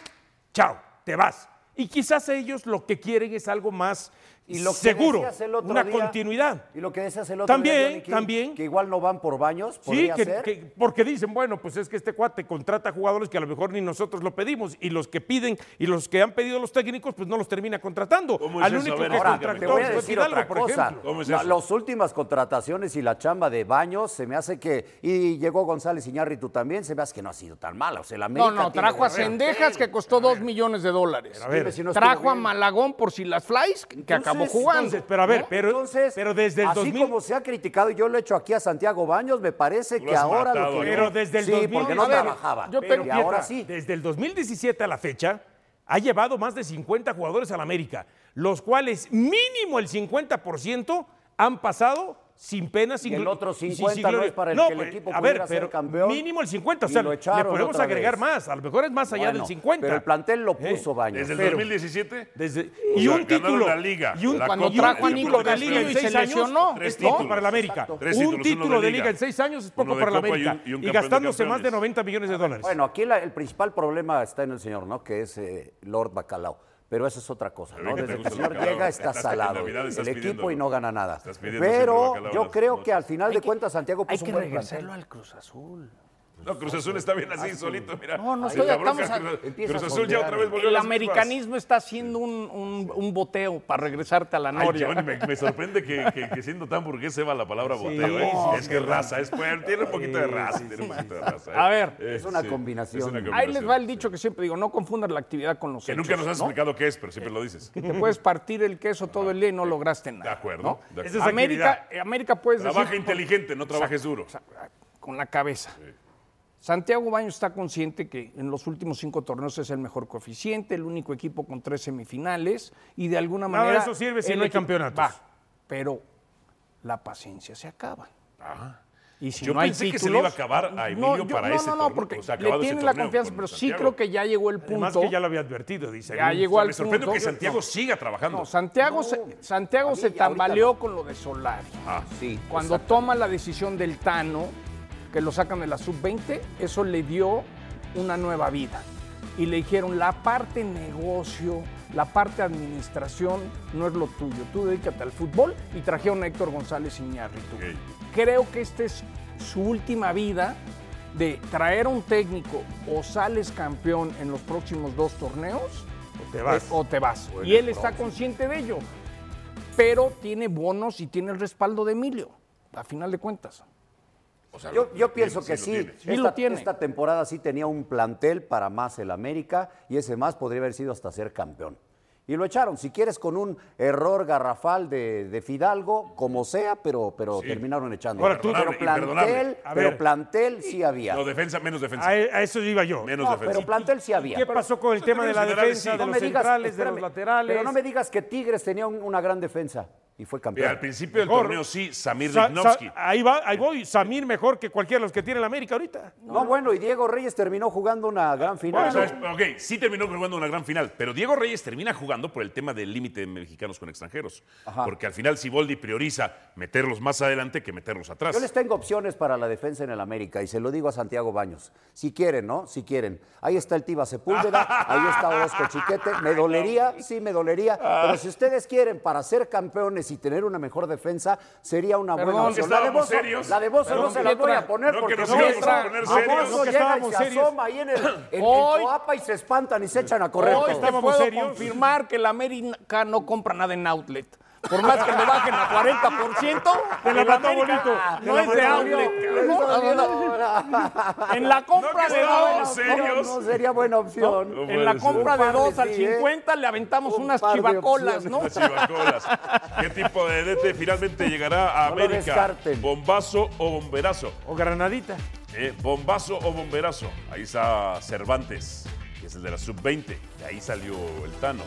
Speaker 4: chao, te vas. Y quizás ellos lo que quieren es algo más
Speaker 6: Y lo que
Speaker 4: seguro,
Speaker 6: decías el otro
Speaker 4: una
Speaker 6: día-
Speaker 4: continuidad.
Speaker 6: Y lo que decías el otro
Speaker 4: También,
Speaker 6: día, Johnny, que-
Speaker 4: también.
Speaker 6: Que igual no van por baños,
Speaker 4: Sí,
Speaker 6: podría
Speaker 4: que-
Speaker 6: ser.
Speaker 4: que- porque dicen, bueno, pues es que este cuate contrata jugadores que a lo mejor ni nosotros lo pedimos y los que piden y los que han pedido los técnicos, pues no los termina contratando.
Speaker 2: ¿Cómo es
Speaker 4: Al
Speaker 2: eso?
Speaker 4: único
Speaker 2: A ver,
Speaker 4: que
Speaker 2: explícame.
Speaker 6: Ahora, te
Speaker 4: contrató
Speaker 6: voy a
Speaker 4: fue
Speaker 6: decir
Speaker 4: Fidalgo,
Speaker 6: otra
Speaker 4: por
Speaker 6: cosa.
Speaker 4: ejemplo.
Speaker 2: ¿Cómo es
Speaker 6: La-
Speaker 2: eso?
Speaker 6: las últimas contrataciones y la chamba de Baños, se me hace que... Y llegó González Iñárritu también, se me hace que no ha sido tan mala. O sea, la América
Speaker 3: No, no,
Speaker 6: tiene-
Speaker 3: trajo a Cendejas que costó dos millones de dólares.
Speaker 4: A ver.
Speaker 6: si no estuvo
Speaker 3: trajo a
Speaker 6: bien.
Speaker 3: Malagón por si las flies, que acabó
Speaker 6: Entonces,
Speaker 3: jugando.
Speaker 4: Entonces, pero a ver,
Speaker 6: ¿no?
Speaker 4: pero,
Speaker 6: Entonces,
Speaker 4: pero desde el
Speaker 6: así
Speaker 4: 2000...
Speaker 6: como se ha criticado, y yo lo he hecho aquí a Santiago Baños, me parece
Speaker 2: Tú lo
Speaker 6: que
Speaker 2: has
Speaker 6: ahora
Speaker 2: matado,
Speaker 6: lo que...
Speaker 2: ¿no?
Speaker 4: Pero desde el
Speaker 6: sí,
Speaker 4: 2000,
Speaker 6: porque
Speaker 4: a
Speaker 6: no
Speaker 4: ver,
Speaker 6: trabajaba.
Speaker 3: yo
Speaker 6: Pero
Speaker 3: tengo-
Speaker 6: y ahora
Speaker 4: Pietra,
Speaker 6: sí.
Speaker 4: Desde el 2017 a la fecha, ha llevado más de 50 jugadores a la América, los cuales mínimo el 50% han pasado sin pena, sin
Speaker 6: Y el
Speaker 4: glo-
Speaker 6: otro
Speaker 4: y sin- sin
Speaker 6: 50 no
Speaker 4: gloria.
Speaker 6: es para el que el
Speaker 4: pues,
Speaker 6: equipo
Speaker 4: a ver,
Speaker 6: pudiera ser
Speaker 4: pero
Speaker 6: campeón
Speaker 4: Mínimo el 50, o
Speaker 6: y
Speaker 4: sea,
Speaker 6: lo
Speaker 4: le
Speaker 6: echaron
Speaker 4: podemos
Speaker 6: otra
Speaker 4: agregar
Speaker 6: vez.
Speaker 4: más, a lo mejor es más allá
Speaker 6: Bueno,
Speaker 4: del 50.
Speaker 6: Pero el plantel lo
Speaker 4: Eh,
Speaker 6: puso Baños.
Speaker 2: Desde el
Speaker 6: Pero-
Speaker 2: 2017.
Speaker 4: Desde-
Speaker 2: O
Speaker 4: y
Speaker 2: sea,
Speaker 4: un
Speaker 2: ganaron
Speaker 4: título.
Speaker 2: la Liga,
Speaker 4: y un,
Speaker 2: la
Speaker 3: cuando
Speaker 2: Copa,
Speaker 3: trajo a
Speaker 2: el
Speaker 3: Nico
Speaker 2: Campeonato
Speaker 3: Galillo
Speaker 2: Nacional.
Speaker 3: y
Speaker 4: en
Speaker 3: se
Speaker 4: seis años,
Speaker 3: lesionó,
Speaker 4: es
Speaker 2: Tres
Speaker 4: poco
Speaker 2: títulos.
Speaker 4: para la América.
Speaker 6: Exacto.
Speaker 2: Tres
Speaker 4: un
Speaker 2: títulos, uno
Speaker 4: título
Speaker 2: de
Speaker 4: de
Speaker 2: Liga.
Speaker 4: liga en seis años es
Speaker 2: Uno
Speaker 4: poco
Speaker 2: de
Speaker 4: para la
Speaker 2: Copa y un-
Speaker 4: América.
Speaker 2: y un
Speaker 4: y
Speaker 2: campeón de
Speaker 4: gastándose más de
Speaker 2: campeones.
Speaker 4: 90 millones de dólares.
Speaker 6: Bueno, aquí la- el principal problema está en el señor, ¿no? Que es eh, Lord Bacalao. Pero eso es otra cosa,
Speaker 2: Pero
Speaker 6: ¿no?
Speaker 2: que te
Speaker 6: Desde
Speaker 2: gusta
Speaker 6: que el
Speaker 2: el
Speaker 6: señor
Speaker 2: bacalao.
Speaker 6: llega está
Speaker 2: Estás- en
Speaker 6: salado
Speaker 2: Navidad estás
Speaker 6: el equipo
Speaker 2: pidiendo-
Speaker 6: y no gana nada.
Speaker 2: estás pidiendo siempre
Speaker 6: Pero
Speaker 2: bacalao
Speaker 6: yo
Speaker 2: las
Speaker 6: creo
Speaker 2: noches.
Speaker 6: que al final de
Speaker 3: que-
Speaker 6: cuentas Santiago
Speaker 3: Hay
Speaker 6: puso
Speaker 3: que
Speaker 6: pues, un buen plantel.
Speaker 3: regresarlo al Cruz Azul.
Speaker 2: No, Cruz Azul está bien
Speaker 4: Ah,
Speaker 2: así, solito, mira.
Speaker 3: No, no
Speaker 2: Se
Speaker 3: estoy-
Speaker 2: encabronca
Speaker 3: estamos a-
Speaker 2: Cruz-
Speaker 6: empieza
Speaker 2: Cruz
Speaker 6: a
Speaker 2: Azul ya
Speaker 6: fondear.
Speaker 2: otra vez volvió a
Speaker 3: El
Speaker 2: las mismas.
Speaker 3: americanismo está haciendo un, un- un boteo para regresarte a la
Speaker 2: Ay,
Speaker 3: noria.
Speaker 2: Johnny, me, me sorprende que, que- que siendo tan burgués se va la palabra boteo. ¿eh? es que es raza, es pueblo, tiene un poquito de raza. tiene un poquito de raza, ¿eh?
Speaker 3: A ver.
Speaker 2: Eh,
Speaker 6: Es una combinación.
Speaker 2: es una
Speaker 3: Ahí les va el
Speaker 2: combinación.
Speaker 3: dicho que siempre digo, no confundas la actividad con los
Speaker 2: Que
Speaker 3: hechos,
Speaker 2: nunca nos has
Speaker 3: ¿no? Pues,
Speaker 2: explicado qué es, pero siempre lo dices.
Speaker 3: Te puedes partir el queso todo el día y no lograste nada.
Speaker 2: De acuerdo,
Speaker 3: ¿no?
Speaker 2: de acuerdo.
Speaker 4: Esa es
Speaker 3: América,
Speaker 4: actividad.
Speaker 3: eh, América puedes
Speaker 2: Trabaja
Speaker 3: decir,
Speaker 2: inteligente, no trabajes duro.
Speaker 3: con la cabeza. Santiago Baños está consciente que en los últimos cinco torneos es el mejor coeficiente, el único equipo con tres semifinales y de alguna
Speaker 4: Nada de
Speaker 3: manera.
Speaker 4: eso sirve si
Speaker 3: el
Speaker 4: no hay
Speaker 3: equipo-
Speaker 4: campeonatos.
Speaker 3: Va, pero la paciencia se acaba. Y si
Speaker 2: Ah. Yo
Speaker 3: no
Speaker 2: pensé
Speaker 3: hay
Speaker 2: que se
Speaker 3: títulos,
Speaker 2: le iba a acabar a Emilio
Speaker 3: yo-
Speaker 2: para
Speaker 3: no,
Speaker 2: ese
Speaker 3: No, no,
Speaker 2: torneo,
Speaker 3: porque
Speaker 2: o sea,
Speaker 3: le
Speaker 2: acabado ese
Speaker 3: tiene la
Speaker 2: torneo
Speaker 3: confianza,
Speaker 2: con
Speaker 3: pero sí
Speaker 2: Santiago.
Speaker 3: creo que ya llegó el punto.
Speaker 4: Además que ya lo había advertido, dice.
Speaker 3: Ya
Speaker 4: "Mm,
Speaker 3: llegó al
Speaker 2: Me sorprende
Speaker 3: punto.
Speaker 2: que Santiago
Speaker 3: No.
Speaker 2: siga trabajando.
Speaker 3: No, Santiago se, Santiago
Speaker 6: a mí
Speaker 3: se
Speaker 6: ya ahorita
Speaker 3: tambaleó
Speaker 6: no.
Speaker 3: con lo de Solari.
Speaker 2: Ah,
Speaker 6: Ah, Sí.
Speaker 3: Cuando toma la decisión del Tano, que lo sacan de la sub-20, eso le dio una nueva vida. Y le dijeron, la parte negocio, la parte administración no es lo tuyo, tú dedícate al fútbol y trajeron a Héctor González Iñárritu. Creo que esta es su última vida de traer a un técnico o sales campeón en los próximos dos torneos
Speaker 4: O te vas.
Speaker 3: eh, o te vas. y él está consciente de ello, pero tiene bonos y tiene el respaldo de Emilio, a final de cuentas.
Speaker 2: O sea,
Speaker 6: Yo,
Speaker 2: lo-
Speaker 6: yo
Speaker 2: lo
Speaker 6: pienso
Speaker 2: tiene,
Speaker 6: que
Speaker 2: lo
Speaker 6: sí.
Speaker 2: tiene.
Speaker 3: Sí lo
Speaker 6: Esta,
Speaker 3: tiene.
Speaker 6: esta temporada sí tenía un plantel para más el América y ese más podría haber sido hasta ser campeón. Y lo echaron, si quieres, con un error garrafal de, de Fidalgo, como sea, pero, pero terminaron echando.
Speaker 4: Ahora tú-
Speaker 6: pero
Speaker 2: Imperdonable,
Speaker 6: plantel,
Speaker 4: A ver.
Speaker 6: pero plantel sí había.
Speaker 2: No, defensa, menos defensa.
Speaker 4: A, a eso iba yo.
Speaker 2: menos
Speaker 6: No,
Speaker 2: defensa.
Speaker 6: pero plantel sí había.
Speaker 4: ¿Qué pasó con el
Speaker 2: en
Speaker 4: tema de la
Speaker 2: términos generales,
Speaker 4: defensa,
Speaker 2: sí.
Speaker 4: de
Speaker 2: No
Speaker 4: los centrales, de
Speaker 6: espérame,
Speaker 4: los laterales?
Speaker 6: Pero no me digas que Tigres tenía un- una gran defensa y fue
Speaker 2: Mira,
Speaker 6: campeón.
Speaker 2: al principio del
Speaker 4: Mejor.
Speaker 2: torneo sí, Samir
Speaker 4: Sa-
Speaker 2: Lignovsky.
Speaker 4: sa-
Speaker 3: ah,
Speaker 4: ahí, va, ahí voy, Samir mejor que cualquiera de los que tiene la América ahorita.
Speaker 6: no, bueno, y Diego Reyes terminó jugando una gran final.
Speaker 2: O sea, es- ok, sí terminó jugando una gran final, pero Diego Reyes termina jugando por el tema del límite de mexicanos con extranjeros. Porque al final Siboldi prioriza meterlos más adelante que meterlos atrás.
Speaker 6: Yo les tengo opciones para la defensa en el América y se lo digo a Santiago Baños. Si quieren, ¿no? Si quieren. Ahí está el Tiva Sepúlveda, ahí está Orozco Chiquete. Me dolería, sí, me dolería. Pero si ustedes quieren, para ser campeones y tener una mejor defensa, sería una
Speaker 3: Perdón,
Speaker 6: buena
Speaker 3: que
Speaker 6: opción. La de
Speaker 2: estábamos
Speaker 6: Bozo,
Speaker 2: serios.
Speaker 6: la de Bozo
Speaker 3: Perdón,
Speaker 6: no se
Speaker 3: que
Speaker 6: la
Speaker 3: no
Speaker 6: voy
Speaker 3: tra-
Speaker 6: a poner
Speaker 2: no, que
Speaker 6: porque
Speaker 2: nos
Speaker 6: no
Speaker 2: íbamos a
Speaker 6: entra.
Speaker 2: poner
Speaker 6: A
Speaker 2: serios.
Speaker 6: Bozo
Speaker 4: No, que
Speaker 6: llega y
Speaker 4: estábamos
Speaker 6: se
Speaker 4: serios.
Speaker 6: asoma ahí en el en- en
Speaker 3: Hoy-
Speaker 6: Coapa y se espantan y se echan a correr.
Speaker 3: Hoy
Speaker 6: todos.
Speaker 3: te
Speaker 4: Estábamos
Speaker 3: puedo
Speaker 4: serios.
Speaker 3: confirmar que la América no compra nada en outlet. Por más que le bajen a 40%,
Speaker 4: Te la
Speaker 3: el
Speaker 4: mató
Speaker 3: América
Speaker 4: bonito, te
Speaker 3: No
Speaker 4: la
Speaker 3: es de
Speaker 4: mató
Speaker 3: outlet.
Speaker 6: bonito.
Speaker 3: No, no, no. En la compra
Speaker 2: No, que
Speaker 3: de
Speaker 2: estaba
Speaker 3: dos,
Speaker 2: en
Speaker 6: No, no,
Speaker 2: serios.
Speaker 6: no sería buena opción.
Speaker 2: No,
Speaker 3: en la
Speaker 2: puede ser.
Speaker 3: compra de
Speaker 6: Un par
Speaker 3: dos
Speaker 6: de
Speaker 3: al
Speaker 6: sí, ¿eh?
Speaker 3: 50 le aventamos
Speaker 6: Un
Speaker 3: unas
Speaker 6: par de
Speaker 3: chivacolas, ¿no?
Speaker 2: Las chivacolas. ¿Qué tipo de DT finalmente llegará a
Speaker 6: No lo
Speaker 2: América?
Speaker 6: descarten.
Speaker 2: ¿Bombazo o bomberazo?
Speaker 4: O Granadita.
Speaker 2: Eh, ¿Bombazo o bomberazo? Ahí está Cervantes, que es el de la sub-20. De ahí salió el Tano.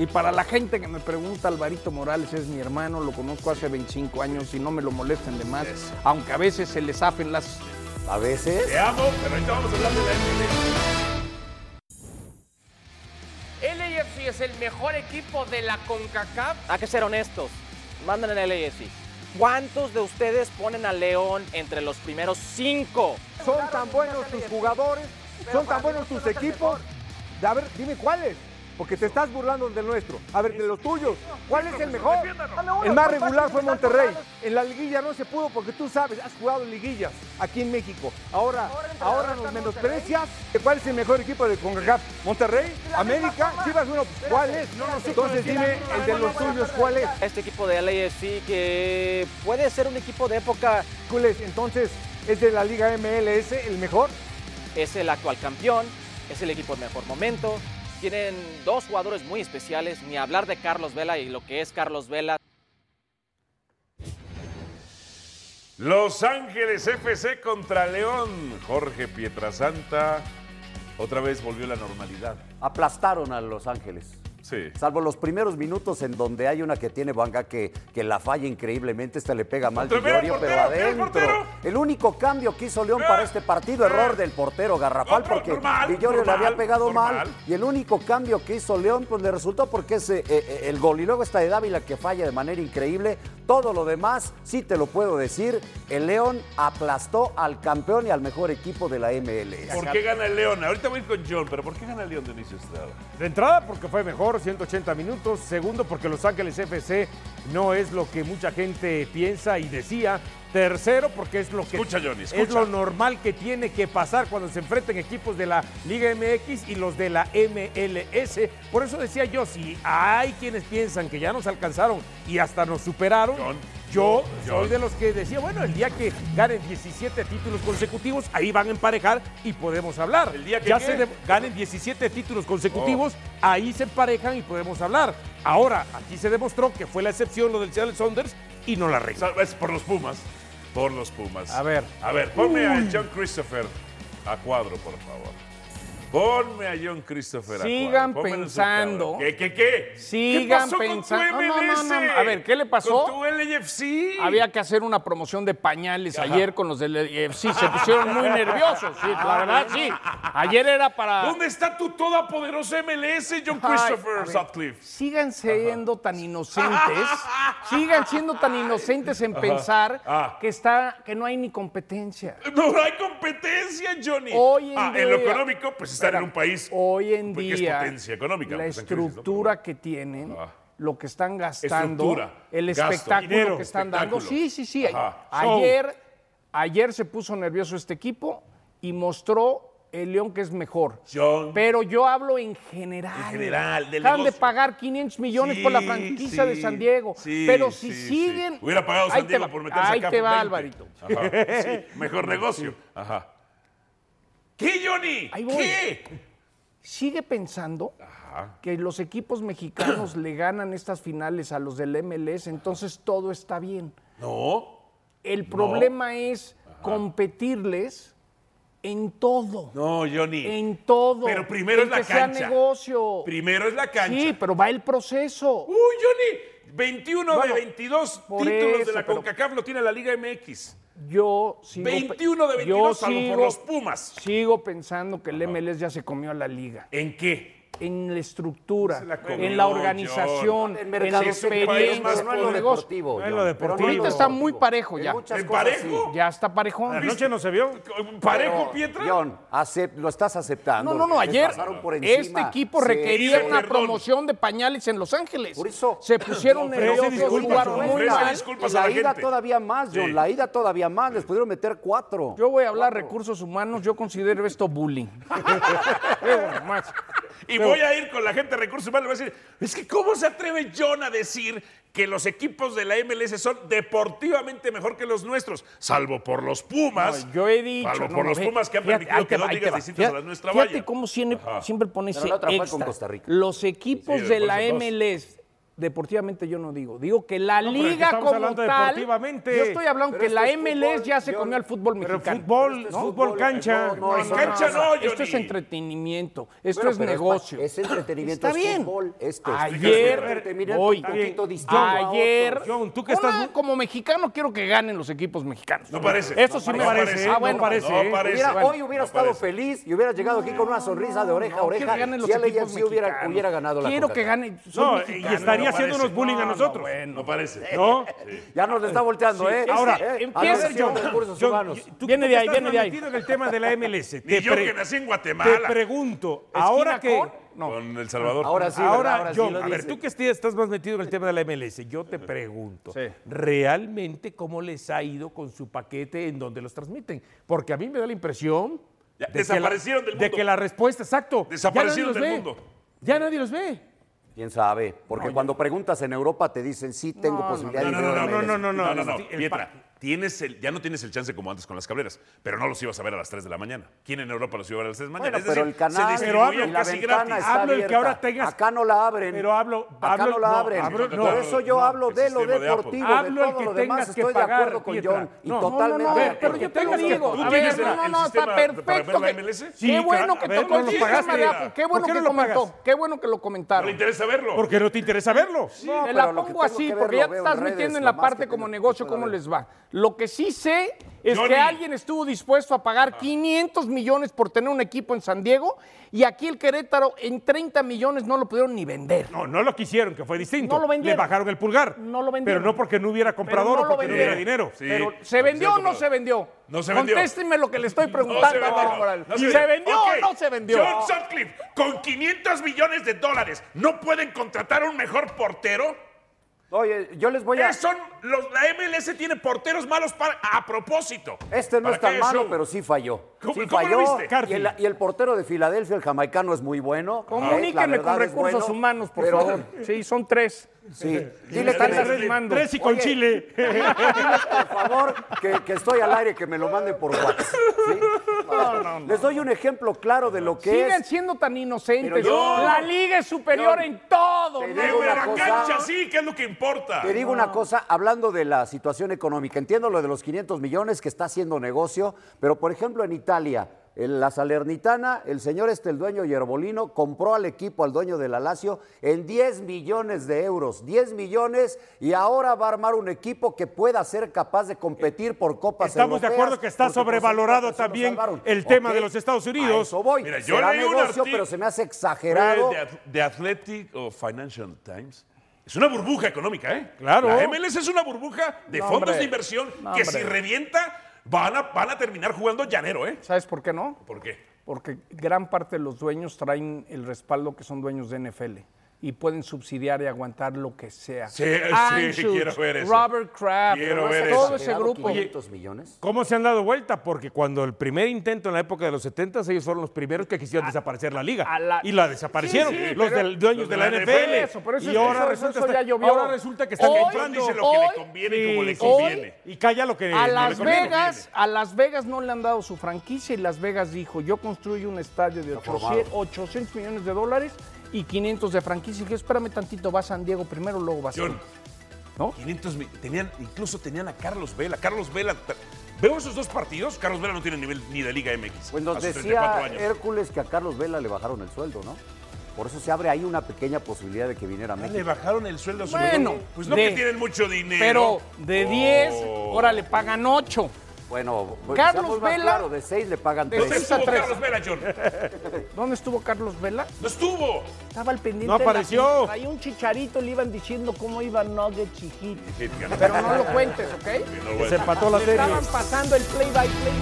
Speaker 3: Y para la gente que me pregunta, Alvarito Morales es mi hermano, lo conozco hace 25 años y no me lo molesten de más, aunque a veces se les hacen las...
Speaker 6: A veces.
Speaker 2: Te amo, pero ahorita vamos a hablar de la NFL.
Speaker 7: El AFC es el mejor equipo de la CONCACAF. Hay que ser honestos. Mandan en el AFC. ¿Cuántos de ustedes ponen a León entre los primeros cinco?
Speaker 8: Son tan buenos tus jugadores, son tan buenos tus equipos. A ver, dime cuáles, porque te estás burlando del nuestro. A ver, de los tuyos, ¿cuál es el mejor? El más regular fue Monterrey. En la liguilla no se pudo porque tú sabes, has jugado liguillas aquí en México. Ahora, ahora nos menosprecias. ¿Cuál es el mejor equipo de CONCACAF? Monterrey, América, Chivas, uno. ¿Cuál es? Entonces dime el de los tuyos, ¿cuál es?
Speaker 7: Este equipo de LAFC que puede ser un equipo de época,
Speaker 8: Hércules, Entonces, ¿es de la Liga MLS el mejor?
Speaker 7: es el actual campeón, es el equipo en mejor momento. Tienen dos jugadores muy especiales, ni hablar de Carlos Vela y lo que es Carlos Vela.
Speaker 2: Los Ángeles FC contra León. Jorge Pietrasanta. Otra vez volvió la normalidad.
Speaker 6: aplastaron a Los Ángeles.
Speaker 2: Sí.
Speaker 6: Salvo los primeros minutos en donde hay una que tiene Banga que, que la falla increíblemente, esta le pega mal
Speaker 2: ¡Otra vez el
Speaker 6: Villorio, pero
Speaker 2: portero! ¡Mira el
Speaker 6: adentro.
Speaker 2: portero!
Speaker 6: El único cambio que hizo León
Speaker 2: ¡Eh!
Speaker 6: para este partido, error
Speaker 2: ¡Eh!
Speaker 6: del portero Garrafal,
Speaker 2: Otro,
Speaker 6: porque
Speaker 2: normal,
Speaker 6: Villorio le había
Speaker 2: normal,
Speaker 6: pegado
Speaker 2: normal.
Speaker 6: mal. Y el único cambio que hizo León, pues le resultó porque es eh, eh, el gol. Y luego está de Dávila que falla de manera increíble. Todo lo demás, sí te lo puedo decir, el León aplastó al campeón y al mejor equipo de la MLS.
Speaker 2: ¿Por qué gana el León? Ahorita voy a ir con John, pero ¿por qué gana el León, Dionisio Estrada?
Speaker 4: De entrada, porque fue mejor, 180 minutos. Segundo, porque Los Ángeles FC no es lo que mucha gente piensa y decía. Tercero, porque es lo que
Speaker 2: Escucha, Johnny,
Speaker 4: es
Speaker 2: escucha.
Speaker 4: lo normal que tiene que pasar cuando se enfrenten equipos de la Liga MX y los de la MLS. Por eso decía yo, si hay quienes piensan que ya nos alcanzaron y hasta nos superaron,
Speaker 2: John,
Speaker 4: yo
Speaker 2: John.
Speaker 4: soy de los que decía, bueno, el día que ganen 17 títulos consecutivos, ahí van a emparejar y podemos hablar.
Speaker 2: ¿El día que
Speaker 4: ya
Speaker 2: qué?
Speaker 4: se de- ganen 17 títulos consecutivos, ahí se emparejan y podemos hablar. Ahora, aquí se demostró que fue la excepción lo del Seattle Saunders y no la
Speaker 2: O
Speaker 4: regla.
Speaker 2: sea, Es por los Pumas. Por los Pumas.
Speaker 3: A ver.
Speaker 2: A ver, ponme a John Christopher a cuadro, por favor. Ponme a John Christopher Acuado,
Speaker 3: Sigan
Speaker 2: pónmelo en su
Speaker 3: pensando.
Speaker 2: tabla. ¿Qué, qué, qué?
Speaker 3: Sigan
Speaker 2: ¿Qué pasó
Speaker 3: pensando-
Speaker 2: Con
Speaker 3: No,
Speaker 2: tu
Speaker 3: no, no,
Speaker 2: MLS?
Speaker 3: no. A ver, ¿qué le pasó?
Speaker 2: Con tu LFC.
Speaker 3: Había que hacer una promoción de pañales ayer con los del eh, Sí, se pusieron muy nerviosos. Sí, la verdad, sí. Ayer era para.
Speaker 2: ¿Dónde está tu todopoderosa MLS, John
Speaker 3: Ay,
Speaker 2: Christopher
Speaker 3: a ver,
Speaker 2: Sutcliffe?
Speaker 3: Sigan siendo tan inocentes, sigan siendo tan inocentes en pensar
Speaker 2: Ah.
Speaker 3: que está, que no hay ni competencia.
Speaker 2: No hay competencia, Johnny.
Speaker 3: Hoy en
Speaker 2: ah, en lo
Speaker 3: día- Oh.
Speaker 2: económico, pues estar en un país
Speaker 3: Hoy en
Speaker 2: porque es
Speaker 3: día,
Speaker 2: potencia económica,
Speaker 3: la
Speaker 2: pues, en crisis, ¿no?
Speaker 3: estructura que tienen,
Speaker 2: Ah.
Speaker 3: lo que están gastando,
Speaker 2: Estructura,
Speaker 3: el
Speaker 2: gasto,
Speaker 3: espectáculo
Speaker 2: dinero,
Speaker 3: que están
Speaker 2: espectáculo.
Speaker 3: dando. Sí, sí, sí.
Speaker 2: Ajá.
Speaker 3: Ayer, ayer se puso nervioso este equipo y mostró el León que es mejor.
Speaker 2: John.
Speaker 3: Pero yo hablo en general.
Speaker 2: En general, del
Speaker 3: Acaban de
Speaker 2: negocio.
Speaker 3: pagar 500 millones por la
Speaker 2: Sí,
Speaker 3: franquicia de
Speaker 2: sí,
Speaker 3: San Diego.
Speaker 2: sí,
Speaker 3: pero si
Speaker 2: sí, sí.
Speaker 3: siguen.
Speaker 2: Hubiera pagado
Speaker 3: Ahí
Speaker 2: San
Speaker 3: te
Speaker 2: Diego
Speaker 3: va-
Speaker 2: por meterse
Speaker 3: Ahí
Speaker 2: acá
Speaker 3: te
Speaker 2: por
Speaker 3: va,
Speaker 2: 20.
Speaker 3: Alvarito.
Speaker 2: Ajá, sí, mejor negocio. Ajá. ¿Qué, Johnny?
Speaker 3: Ahí voy.
Speaker 2: ¿Qué?
Speaker 3: sigue pensando que los equipos mexicanos le ganan estas finales a los del MLS, entonces todo está bien.
Speaker 2: No.
Speaker 3: El problema es competirles en todo.
Speaker 2: No, Johnny.
Speaker 3: En todo.
Speaker 2: Pero primero
Speaker 3: En
Speaker 2: es la
Speaker 3: que
Speaker 2: cancha.
Speaker 3: Sea negocio.
Speaker 2: Primero es la cancha.
Speaker 3: Sí, pero va el proceso.
Speaker 2: Uy, Johnny, 21
Speaker 3: Bueno,
Speaker 2: de 22
Speaker 3: por
Speaker 2: títulos de
Speaker 3: eso,
Speaker 2: la
Speaker 3: pero-
Speaker 2: CONCACAF lo tiene la Liga MX.
Speaker 3: Yo sigo pe-
Speaker 2: 21 de
Speaker 3: yo
Speaker 2: 22 salvo
Speaker 3: sigo-
Speaker 2: por los Pumas.
Speaker 3: Sigo pensando que el MLS ya se comió a la liga.
Speaker 2: ¿En qué?
Speaker 3: En la estructura,
Speaker 2: Se la comió,
Speaker 3: en la organización,
Speaker 6: En
Speaker 3: en, la
Speaker 6: mercado,
Speaker 2: es un país más
Speaker 3: experiencia, no en
Speaker 2: pobre.
Speaker 3: los negocios.
Speaker 4: No en lo deportivo.
Speaker 3: Ahorita está muy parejo ya.
Speaker 2: ¿En parejo?
Speaker 3: Ya está parejón.
Speaker 4: Anoche no se vio.
Speaker 2: ¿Parejo, Pietra?
Speaker 6: John, acep- lo estás aceptando.
Speaker 3: No, no, no.
Speaker 6: Les
Speaker 3: Ayer
Speaker 6: pasaron por
Speaker 3: este
Speaker 6: encima.
Speaker 3: equipo
Speaker 6: Sí.
Speaker 3: requería
Speaker 2: Sí,
Speaker 3: una
Speaker 2: perdón.
Speaker 3: promoción de pañales en Los Ángeles.
Speaker 6: Por eso-
Speaker 3: Se pusieron
Speaker 4: Ofrece
Speaker 3: nerviosos,
Speaker 4: disculpas,
Speaker 3: jugaron muy
Speaker 2: ofrece
Speaker 3: mal.
Speaker 2: disculpas.
Speaker 6: Y
Speaker 2: a
Speaker 6: la
Speaker 2: la
Speaker 6: ida
Speaker 2: gente.
Speaker 6: todavía más, John.
Speaker 2: Sí.
Speaker 6: La ida todavía más. Les pudieron meter cuatro.
Speaker 3: Yo voy a hablar recursos humanos, yo considero esto bullying. Qué bueno, más.
Speaker 2: Y voy a ir con la gente de recursos humanos y voy a decir, es que ¿cómo se atreve John a decir que los equipos de la MLS son deportivamente mejor que los nuestros? Salvo por los Pumas.
Speaker 3: No, yo he dicho.
Speaker 2: Salvo
Speaker 3: no,
Speaker 2: por
Speaker 3: no,
Speaker 2: los
Speaker 3: ve,
Speaker 2: Pumas que han
Speaker 3: fíjate, ahí
Speaker 2: permitido
Speaker 3: te
Speaker 2: que
Speaker 3: va,
Speaker 2: dos
Speaker 3: ahí te
Speaker 2: ligas
Speaker 3: va.
Speaker 2: distintas a la
Speaker 3: Fíjate-
Speaker 2: nuestra
Speaker 3: Fíjate
Speaker 2: vayan.
Speaker 3: cómo siempre, siempre pone
Speaker 6: Pero
Speaker 3: ese
Speaker 6: la otra fue con
Speaker 3: extra.
Speaker 6: Costa Rica.
Speaker 3: Los equipos
Speaker 2: Sí,
Speaker 3: de
Speaker 2: por
Speaker 3: la
Speaker 2: eso dos.
Speaker 3: MLS, deportivamente yo no digo. Digo que la
Speaker 4: No, pero aquí
Speaker 3: liga
Speaker 4: estamos
Speaker 3: como
Speaker 4: hablando
Speaker 3: tal.
Speaker 4: deportivamente.
Speaker 3: Yo estoy hablando
Speaker 6: Pero
Speaker 3: que
Speaker 6: esto
Speaker 3: la
Speaker 6: es
Speaker 3: MLS
Speaker 6: fútbol,
Speaker 3: ya se
Speaker 6: yo-
Speaker 3: comió al fútbol
Speaker 4: Pero
Speaker 3: mexicano.
Speaker 4: fútbol,
Speaker 6: Este es
Speaker 4: ¿no?
Speaker 6: fútbol,
Speaker 4: fútbol cancha.
Speaker 6: no, no,
Speaker 2: En cancha no, Johnny.
Speaker 3: Esto es entretenimiento, esto
Speaker 6: Bueno,
Speaker 3: es
Speaker 6: pero
Speaker 3: negocio.
Speaker 6: pa- Es, entretenimiento,
Speaker 3: Está
Speaker 6: es
Speaker 3: bien.
Speaker 6: fútbol. Este,
Speaker 3: Ayer,
Speaker 6: Terminé
Speaker 3: hoy,
Speaker 6: un poquito
Speaker 4: John,
Speaker 6: distinto a otros.
Speaker 3: ayer,
Speaker 4: John, tú que estás
Speaker 3: Una,
Speaker 4: muy-
Speaker 3: como mexicano quiero que ganen los equipos mexicanos.
Speaker 2: No parece.
Speaker 3: Esto
Speaker 2: No
Speaker 3: sí me
Speaker 2: parece,
Speaker 3: parece.
Speaker 2: no
Speaker 3: Ah, bueno,
Speaker 2: parece, no parece.
Speaker 6: Hubiera-
Speaker 2: Bueno,
Speaker 6: hoy hubiera
Speaker 2: no
Speaker 6: estado
Speaker 2: parece.
Speaker 6: feliz y hubiera llegado aquí con una sonrisa de oreja a
Speaker 3: Quiero
Speaker 6: oreja.
Speaker 3: que ganen los
Speaker 6: si
Speaker 3: equipos
Speaker 6: LAFC hubiera,
Speaker 3: mexicanos.
Speaker 6: hubiera ganado la
Speaker 3: Quiero que
Speaker 6: CONCACAF.
Speaker 3: ganen. soy
Speaker 4: No, y
Speaker 3: mexicano.
Speaker 4: estaría
Speaker 2: no
Speaker 4: haciéndonos
Speaker 2: parece.
Speaker 4: bullying a nosotros.
Speaker 2: No parece.
Speaker 4: ¿No?
Speaker 6: Ya nos está volteando, ¿eh?
Speaker 3: ahora,
Speaker 6: Eh,
Speaker 3: empieza,
Speaker 6: a ver,
Speaker 3: John.
Speaker 6: recursos
Speaker 4: John,
Speaker 6: humanos.
Speaker 4: tú- tú
Speaker 3: Viene
Speaker 4: que
Speaker 3: de ahí,
Speaker 4: estás
Speaker 3: viene
Speaker 4: más
Speaker 3: de ahí.
Speaker 4: metido en el tema de la MLS.
Speaker 2: Ni
Speaker 4: te
Speaker 2: yo
Speaker 4: pre-
Speaker 2: que nací en
Speaker 4: Te
Speaker 2: Guatemala.
Speaker 4: pregunto, ahora que...
Speaker 3: con? No.
Speaker 2: Con El Salvador.
Speaker 6: Ahora sí,
Speaker 4: ahora,
Speaker 6: ¿verdad? ahora sí
Speaker 4: John,
Speaker 6: lo
Speaker 4: a ver,
Speaker 6: dice.
Speaker 4: tú que estés- estás más metido en el tema de la MLS, yo te pregunto,
Speaker 3: Sí.
Speaker 4: ¿realmente cómo les ha ido con su paquete en donde los transmiten? Porque a mí me da la impresión...
Speaker 2: Ya,
Speaker 4: de que la-
Speaker 2: desaparecieron del
Speaker 4: De
Speaker 2: mundo.
Speaker 4: que la respuesta, exacto. ya
Speaker 2: Desaparecieron
Speaker 4: nadie
Speaker 2: del
Speaker 4: los ve.
Speaker 2: mundo.
Speaker 4: Ya nadie los ve.
Speaker 6: ¿Quién sabe? Porque cuando preguntas en Europa te dicen, sí, tengo posibilidad
Speaker 2: No,
Speaker 6: de
Speaker 2: no,
Speaker 6: ir
Speaker 2: no,
Speaker 6: a la
Speaker 2: no, no,
Speaker 6: MLS.
Speaker 2: no, no, no, no.
Speaker 4: El pa-
Speaker 2: Pietra, tienes el, ya no tienes el chance como antes con las cableras, pero no los ibas a ver a las 3 de la mañana. ¿Quién en Europa los iba a ver a las 3 de la mañana?
Speaker 6: Bueno,
Speaker 2: es
Speaker 6: pero
Speaker 2: decir,
Speaker 6: el canal
Speaker 2: se
Speaker 4: pero hablo-
Speaker 2: distribuían
Speaker 6: y la
Speaker 2: casi
Speaker 6: ventana
Speaker 2: gratis. Ah,
Speaker 6: está
Speaker 4: Hablo el que
Speaker 6: abierta.
Speaker 4: ahora tengas-
Speaker 6: Acá no la abren.
Speaker 4: Pero hablo-
Speaker 6: Acá
Speaker 4: hablo-
Speaker 6: no la
Speaker 4: no,
Speaker 6: abren.
Speaker 4: hablo-
Speaker 6: Por
Speaker 2: no,
Speaker 6: eso yo
Speaker 2: no,
Speaker 6: hablo
Speaker 2: el
Speaker 6: de lo
Speaker 2: sistema de Apple.
Speaker 6: deportivo.
Speaker 4: Hablo
Speaker 6: de
Speaker 4: el
Speaker 6: todo
Speaker 4: que
Speaker 6: lo demás
Speaker 4: tengas que
Speaker 6: estoy de
Speaker 4: pagar,
Speaker 6: acuerdo con
Speaker 4: Pietra.
Speaker 6: John. Y
Speaker 4: No, no, no,
Speaker 6: totalmente.
Speaker 3: No,
Speaker 6: de
Speaker 3: no,
Speaker 6: acuerdo.
Speaker 3: pero yo te
Speaker 2: ¿Tú
Speaker 3: lo digo.
Speaker 2: tienes
Speaker 3: A ver,
Speaker 2: el-
Speaker 3: no, no,
Speaker 2: el
Speaker 3: no, está
Speaker 2: sistema para ver
Speaker 3: perfecto.
Speaker 2: la
Speaker 3: que-
Speaker 2: MLS?
Speaker 3: Qué
Speaker 2: Sí,
Speaker 3: bueno
Speaker 4: claro,
Speaker 3: que
Speaker 4: a ver,
Speaker 3: tocó el
Speaker 4: ¿por qué lo
Speaker 3: sistema de
Speaker 4: pagaste?
Speaker 3: Apple. Qué bueno
Speaker 4: ¿Por qué
Speaker 3: que
Speaker 4: no lo pagas?
Speaker 3: comentó. Qué bueno que lo
Speaker 2: No le
Speaker 3: comentaron.
Speaker 2: interesa verlo.
Speaker 4: Porque no te interesa verlo.
Speaker 6: No,
Speaker 3: Te
Speaker 6: pero
Speaker 3: la
Speaker 6: lo que
Speaker 3: pongo
Speaker 6: tengo que
Speaker 3: así,
Speaker 6: ver
Speaker 3: porque
Speaker 6: lo
Speaker 3: ya te
Speaker 6: veo en
Speaker 3: estás
Speaker 6: redes,
Speaker 3: metiendo en
Speaker 6: lo
Speaker 3: la
Speaker 6: más
Speaker 3: parte
Speaker 6: que
Speaker 3: como
Speaker 6: tengo que
Speaker 3: negocio,
Speaker 6: pueda
Speaker 3: cómo
Speaker 6: ver.
Speaker 3: les va. Lo que sí sé es
Speaker 2: Johnny.
Speaker 3: que alguien estuvo dispuesto a pagar 500 millones por tener un equipo en San Diego y aquí el Querétaro en 30 millones no lo pudieron ni vender.
Speaker 4: No, no lo quisieron, que fue distinto.
Speaker 3: No lo vendieron.
Speaker 4: Le bajaron el pulgar.
Speaker 3: No lo vendieron.
Speaker 4: Pero no porque no hubiera comprador
Speaker 3: Pero
Speaker 4: o
Speaker 3: no lo
Speaker 4: porque no
Speaker 2: vendieron.
Speaker 4: hubiera dinero.
Speaker 2: Sí.
Speaker 3: Pero,
Speaker 2: no
Speaker 3: ¿se vendió o no
Speaker 2: comprado.
Speaker 3: se vendió?
Speaker 2: No se vendió.
Speaker 3: Contéstenme lo que le estoy preguntando a Diego Morales.
Speaker 2: no
Speaker 3: ¿Se vendió
Speaker 2: Ok,
Speaker 3: o no se vendió?
Speaker 2: John Sutcliffe, con 500 millones de dólares, ¿no pueden contratar a un mejor portero?
Speaker 6: Oye, yo les voy a...
Speaker 2: Eh, son los, la MLS tiene porteros malos para, a propósito.
Speaker 6: Este no
Speaker 2: ¿Para
Speaker 6: es tan
Speaker 2: qué
Speaker 6: malo,
Speaker 2: show?
Speaker 6: pero sí falló.
Speaker 2: ¿Cómo-
Speaker 6: Sí
Speaker 2: cómo lo
Speaker 6: falló.
Speaker 2: viste?
Speaker 6: Y el, y el portero de Filadelfia, el jamaicano, es muy bueno. Eh, la
Speaker 3: Comuníqueme
Speaker 6: verdad
Speaker 3: con
Speaker 6: es
Speaker 3: recursos
Speaker 6: bueno,
Speaker 3: humanos, por
Speaker 6: pero-
Speaker 3: favor. Sí, son tres.
Speaker 6: Sí. Dile que,
Speaker 2: Están
Speaker 6: me-
Speaker 2: arreglando.
Speaker 3: Mando.
Speaker 4: Tres y con
Speaker 6: Oye.
Speaker 4: Chile.
Speaker 6: diles, por favor, que, que estoy al aire, que me lo manden por WhatsApp. ¿sí? Les doy un ejemplo claro de lo que
Speaker 3: Siguen
Speaker 6: es.
Speaker 3: siendo tan inocentes.
Speaker 6: Pero yo-
Speaker 3: la liga es superior
Speaker 6: Yo-
Speaker 3: en todo.
Speaker 6: Te
Speaker 3: ¿no?
Speaker 6: digo
Speaker 2: Pero en la
Speaker 6: una cosa-
Speaker 2: cancha sí, que es lo que importa.
Speaker 4: Ah,
Speaker 6: Te digo una cosa, hablando de la situación económica, entiendo lo de los 500 millones que está haciendo negocio, pero por ejemplo en Italia, el- la Salernitana, el señor este, el dueño Yerbolino, compró al equipo, al dueño de la Lazio, en 10 millones de euros. 10 millones y ahora va a armar un equipo que pueda ser capaz de competir por Copas
Speaker 4: Estamos de
Speaker 6: Europeas,
Speaker 4: acuerdo que está
Speaker 6: porque, por
Speaker 4: sobrevalorado
Speaker 6: supuesto, se nos
Speaker 4: también
Speaker 6: salvaron.
Speaker 4: el tema
Speaker 6: Ok,
Speaker 4: de los Estados Unidos.
Speaker 6: a eso voy.
Speaker 2: Mira, yo
Speaker 6: Será
Speaker 2: leí un
Speaker 6: negocio,
Speaker 2: artículo-
Speaker 6: pero se me hace exagerado.
Speaker 2: De, Ath- de Athletic o Financial Times. Es una burbuja económica, ¿eh?
Speaker 4: Claro.
Speaker 2: La MLS es una burbuja de fondos
Speaker 3: hombre.
Speaker 2: de inversión
Speaker 3: No,
Speaker 2: que
Speaker 3: hombre.
Speaker 2: si revienta van a, van a terminar jugando llanero, ¿eh?
Speaker 3: ¿Sabes por qué no?
Speaker 2: ¿Por qué?
Speaker 3: Porque gran parte de los dueños traen el respaldo que son dueños de NFL y pueden subsidiar y aguantar lo que sea.
Speaker 2: Sí, sí,
Speaker 3: Anschutz,
Speaker 2: quiero ver eso.
Speaker 3: Robert Kraft,
Speaker 2: Quiero
Speaker 3: todo
Speaker 2: ver
Speaker 3: ese
Speaker 2: eso.
Speaker 6: Exagerado,
Speaker 3: grupo.
Speaker 6: 500 millones?
Speaker 4: ¿Cómo se han dado vuelta? Porque cuando el primer intento en la época de los 70 ellos fueron los primeros que quisieron desaparecer la liga.
Speaker 3: a la-
Speaker 4: Y la desaparecieron,
Speaker 3: Sí, sí,
Speaker 4: los
Speaker 3: pero-
Speaker 4: del- dueños
Speaker 2: los
Speaker 4: de
Speaker 2: de
Speaker 4: la
Speaker 2: la
Speaker 4: NFL.
Speaker 2: NFL.
Speaker 3: Eso, por eso
Speaker 4: y
Speaker 3: es que
Speaker 4: ahora,
Speaker 3: eso-
Speaker 4: resulta
Speaker 3: eso
Speaker 4: está-
Speaker 3: ya llovió.
Speaker 4: ahora resulta que están
Speaker 3: Hoy-
Speaker 4: comprando.
Speaker 2: Dice lo que le
Speaker 3: hoy-
Speaker 2: conviene y como le
Speaker 4: Sí,
Speaker 2: conviene.
Speaker 4: Y calla lo que
Speaker 3: A
Speaker 4: no le
Speaker 3: Las
Speaker 4: conviene.
Speaker 3: Vegas, a Las Vegas no le han dado su franquicia y Las Vegas dijo, yo construyo un estadio de 800, 800 millones de dólares y 500 de franquicia. Y dije, espérame tantito, va San Diego primero, luego va
Speaker 2: John,
Speaker 3: San ¿No?
Speaker 2: 500 mil- Tenían, incluso tenían a Carlos Vela. Carlos Vela. ta- Veo esos dos partidos. Carlos Vela no tiene nivel ni de Liga MX.
Speaker 6: Pues nos
Speaker 2: a sus 34
Speaker 6: decía
Speaker 2: años.
Speaker 6: Hércules que a Carlos Vela le bajaron el sueldo, ¿no? Por eso se abre ahí una pequeña posibilidad de que viniera a
Speaker 2: Ah, Le
Speaker 6: México.
Speaker 2: bajaron el sueldo a su
Speaker 3: Bueno,
Speaker 2: dueño. Pues no
Speaker 3: de-
Speaker 2: que tienen mucho dinero.
Speaker 3: Pero de
Speaker 4: Oh.
Speaker 3: 10, ahora le pagan 8.
Speaker 6: Bueno, pues,
Speaker 3: Carlos
Speaker 6: seamos más
Speaker 3: Vela-
Speaker 6: claros, de seis le pagan
Speaker 3: de
Speaker 6: tres.
Speaker 2: ¿Dónde
Speaker 3: seis a
Speaker 2: estuvo
Speaker 3: tres.
Speaker 2: Carlos Vela, John?
Speaker 3: ¿Dónde estuvo Carlos Vela?
Speaker 2: No estuvo.
Speaker 3: Estaba al pendiente. de
Speaker 4: No
Speaker 3: la-
Speaker 4: apareció.
Speaker 3: Traía un chicharito, le iban diciendo cómo iba Nugget chiquito. Pero no lo cuentes, ¿ok?
Speaker 2: No, bueno.
Speaker 4: Se empató la
Speaker 3: Le
Speaker 4: serie.
Speaker 3: estaban pasando el play by play.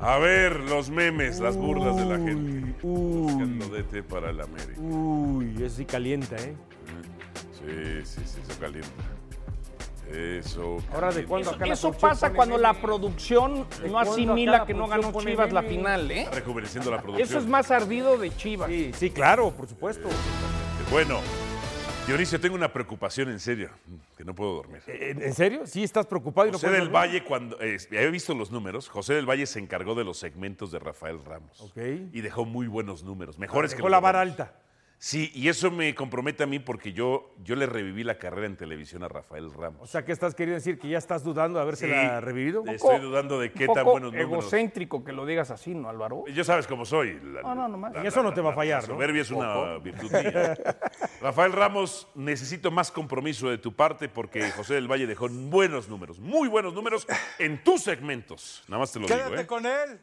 Speaker 2: A ver, los memes, las burlas de la gente. Buscando DT para el América.
Speaker 4: Uy, eso sí calienta, ¿eh?
Speaker 2: Sí, sí, sí, eso calienta. Eso.
Speaker 4: Ahora de
Speaker 2: calienta.
Speaker 4: cuándo acá la
Speaker 3: Eso
Speaker 4: producción
Speaker 3: pasa
Speaker 4: pone
Speaker 3: cuando la
Speaker 4: meme?
Speaker 3: producción no
Speaker 4: cuándo
Speaker 3: asimila
Speaker 4: acá la
Speaker 3: que no ganó
Speaker 4: producción pone
Speaker 3: Chivas la
Speaker 4: meme?
Speaker 3: final, ¿eh?
Speaker 2: Está rejuveneciendo la producción.
Speaker 3: Eso es más ardido de Chivas.
Speaker 4: Sí, sí, claro, por supuesto.
Speaker 2: Bueno, Dionisio, tengo una preocupación en serio, que no puedo dormir.
Speaker 4: ¿En en serio? ¿Sí estás preocupado? y Eh, pues, no
Speaker 2: José
Speaker 4: puedes
Speaker 2: del
Speaker 4: dormir?
Speaker 2: Valle, cuando eh, había visto los números, José del Valle se encargó de los segmentos de Rafael Ramos.
Speaker 4: Ok.
Speaker 2: Y dejó muy buenos números, mejores que
Speaker 4: Dejó
Speaker 2: los
Speaker 4: la
Speaker 2: de
Speaker 4: vara
Speaker 2: Ramos.
Speaker 4: alta.
Speaker 2: Sí, y eso me compromete a mí porque yo, yo le reviví la carrera en televisión a Rafael
Speaker 4: O
Speaker 2: Ramos.
Speaker 4: sea, ¿qué estás queriendo decir? ¿Que ya estás dudando de haberse
Speaker 2: Sí,
Speaker 4: revivido?
Speaker 2: de- Estoy dudando de qué tan buenos números.
Speaker 3: egocéntrico que lo digas así, ¿no, Álvaro?
Speaker 2: Ya sabes cómo soy. la-
Speaker 3: No, no, nomás.
Speaker 2: la-
Speaker 4: En eso no te va a fallar,
Speaker 2: la
Speaker 4: ¿no?
Speaker 2: soberbia es una virtud mía. Rafael Ramos, necesito más compromiso de tu parte porque José del Valle dejó buenos números, muy buenos números en tus segmentos. Nada más te lo
Speaker 9: Quédate
Speaker 2: digo, ¿eh?
Speaker 9: con él.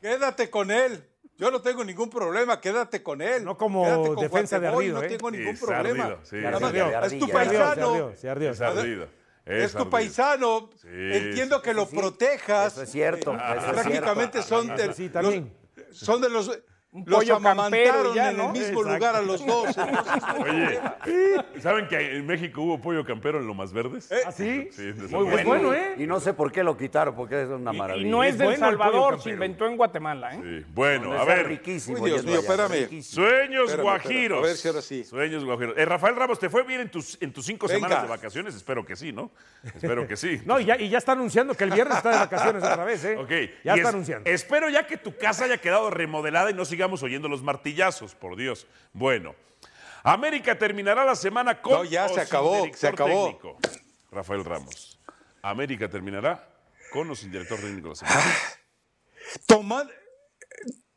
Speaker 9: Quédate con él. Yo no tengo ningún problema, quédate con él.
Speaker 4: No como
Speaker 9: Quédate con
Speaker 4: defensa de
Speaker 9: Guateboy,
Speaker 4: Ardido, ¿eh?
Speaker 9: No tengo ningún
Speaker 2: Sí, se
Speaker 9: problema.
Speaker 2: ardido, sí,
Speaker 9: Nada
Speaker 2: se
Speaker 9: más,
Speaker 6: ardió.
Speaker 9: es tu
Speaker 6: Se
Speaker 4: Se ardió, se
Speaker 9: paisano.
Speaker 4: ardió, se ardió.
Speaker 2: Es ardido.
Speaker 9: Es, tu
Speaker 2: ardido.
Speaker 9: paisano. Entiendo que lo protejas.
Speaker 6: Eso es cierto. eso es
Speaker 9: Prácticamente
Speaker 6: cierto.
Speaker 9: son de
Speaker 4: Ah, Sí,
Speaker 9: los,
Speaker 4: también.
Speaker 9: son de los los
Speaker 3: pollo campero
Speaker 9: amamantaron
Speaker 3: ya,
Speaker 9: en
Speaker 3: ¿no?
Speaker 9: el mismo
Speaker 4: Exacto.
Speaker 9: lugar a los dos. Entonces,
Speaker 2: Oye, ¿saben que en México hubo pollo campero en Lomas Verdes?
Speaker 4: ¿Ah, sí?
Speaker 2: Sí, desde
Speaker 4: Muy
Speaker 2: luego.
Speaker 4: bueno, bueno, ¿eh?
Speaker 6: Pues Y no sé por qué lo quitaron, porque es una maravilla.
Speaker 3: Y no es,
Speaker 4: Es
Speaker 3: de El
Speaker 4: bueno el pollo
Speaker 3: Salvador,
Speaker 4: campero.
Speaker 3: se inventó en Guatemala, ¿eh?
Speaker 2: Sí, Bueno, a
Speaker 6: Está
Speaker 2: ver.
Speaker 6: riquísimo.
Speaker 9: Uy, Dios
Speaker 6: oye,
Speaker 9: mío,
Speaker 6: vaya,
Speaker 9: espérame.
Speaker 6: riquísimo.
Speaker 2: Sueños
Speaker 9: Espérame,
Speaker 2: guajiros.
Speaker 9: espérame, a ver si ahora sí.
Speaker 2: Sueños guajiros. Eh, Rafael Ramos, ¿te fue bien en tus, en tus cinco
Speaker 9: Venga.
Speaker 2: semanas de vacaciones? Espero que sí, ¿no? Espero que sí.
Speaker 4: No, y ya, y ya está anunciando que el viernes está de vacaciones otra vez, ¿eh?
Speaker 2: Ok.
Speaker 4: Ya
Speaker 2: y
Speaker 4: está
Speaker 2: es-
Speaker 4: anunciando.
Speaker 2: Espero ya que tu casa haya quedado remodelada y no sigamos oyendo los martillazos, por Dios. Bueno. América terminará la semana con.
Speaker 9: No, ya
Speaker 2: o
Speaker 9: se
Speaker 2: sin
Speaker 9: acabó,
Speaker 2: director
Speaker 9: se acabó.
Speaker 2: técnico. Rafael Ramos. América terminará con o sin director técnico la semana.
Speaker 9: Toma-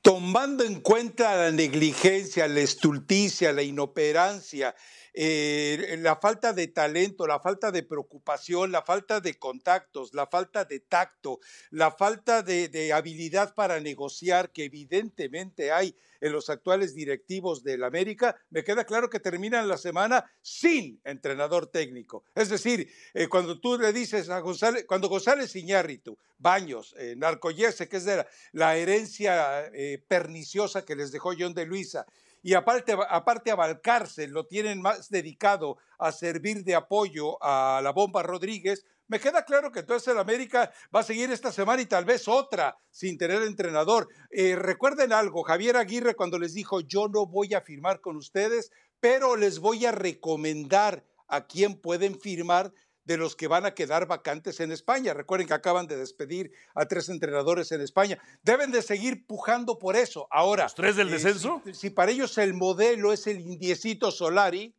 Speaker 9: tomando en cuenta la negligencia, la estulticia, la inoperancia, eh, la falta de talento, la falta de preocupación, la falta de contactos, la falta de tacto, la falta de, de habilidad para negociar que evidentemente hay en los actuales directivos del América, me queda claro que terminan la semana sin entrenador técnico. Es decir, eh, cuando tú le dices a González, cuando González Iñárritu, Baños, eh, Narcoyese, que es de la, la herencia eh, perniciosa que les dejó John de Luisa, y aparte, aparte a Balcarce lo tienen más dedicado a servir de apoyo a la bomba Rodríguez, me queda claro que entonces el América va a seguir esta semana y tal vez otra sin tener entrenador. Eh, recuerden algo, Javier Aguirre cuando les dijo yo no voy a firmar con ustedes, pero les voy a recomendar a quién pueden firmar de los que van a quedar vacantes en España. Recuerden que acaban de despedir a tres entrenadores en España. Deben de seguir pujando por eso. Ahora,
Speaker 2: ¿Los tres del
Speaker 9: eh,
Speaker 2: descenso?
Speaker 9: si, si para ellos el modelo es el indiecito Solari,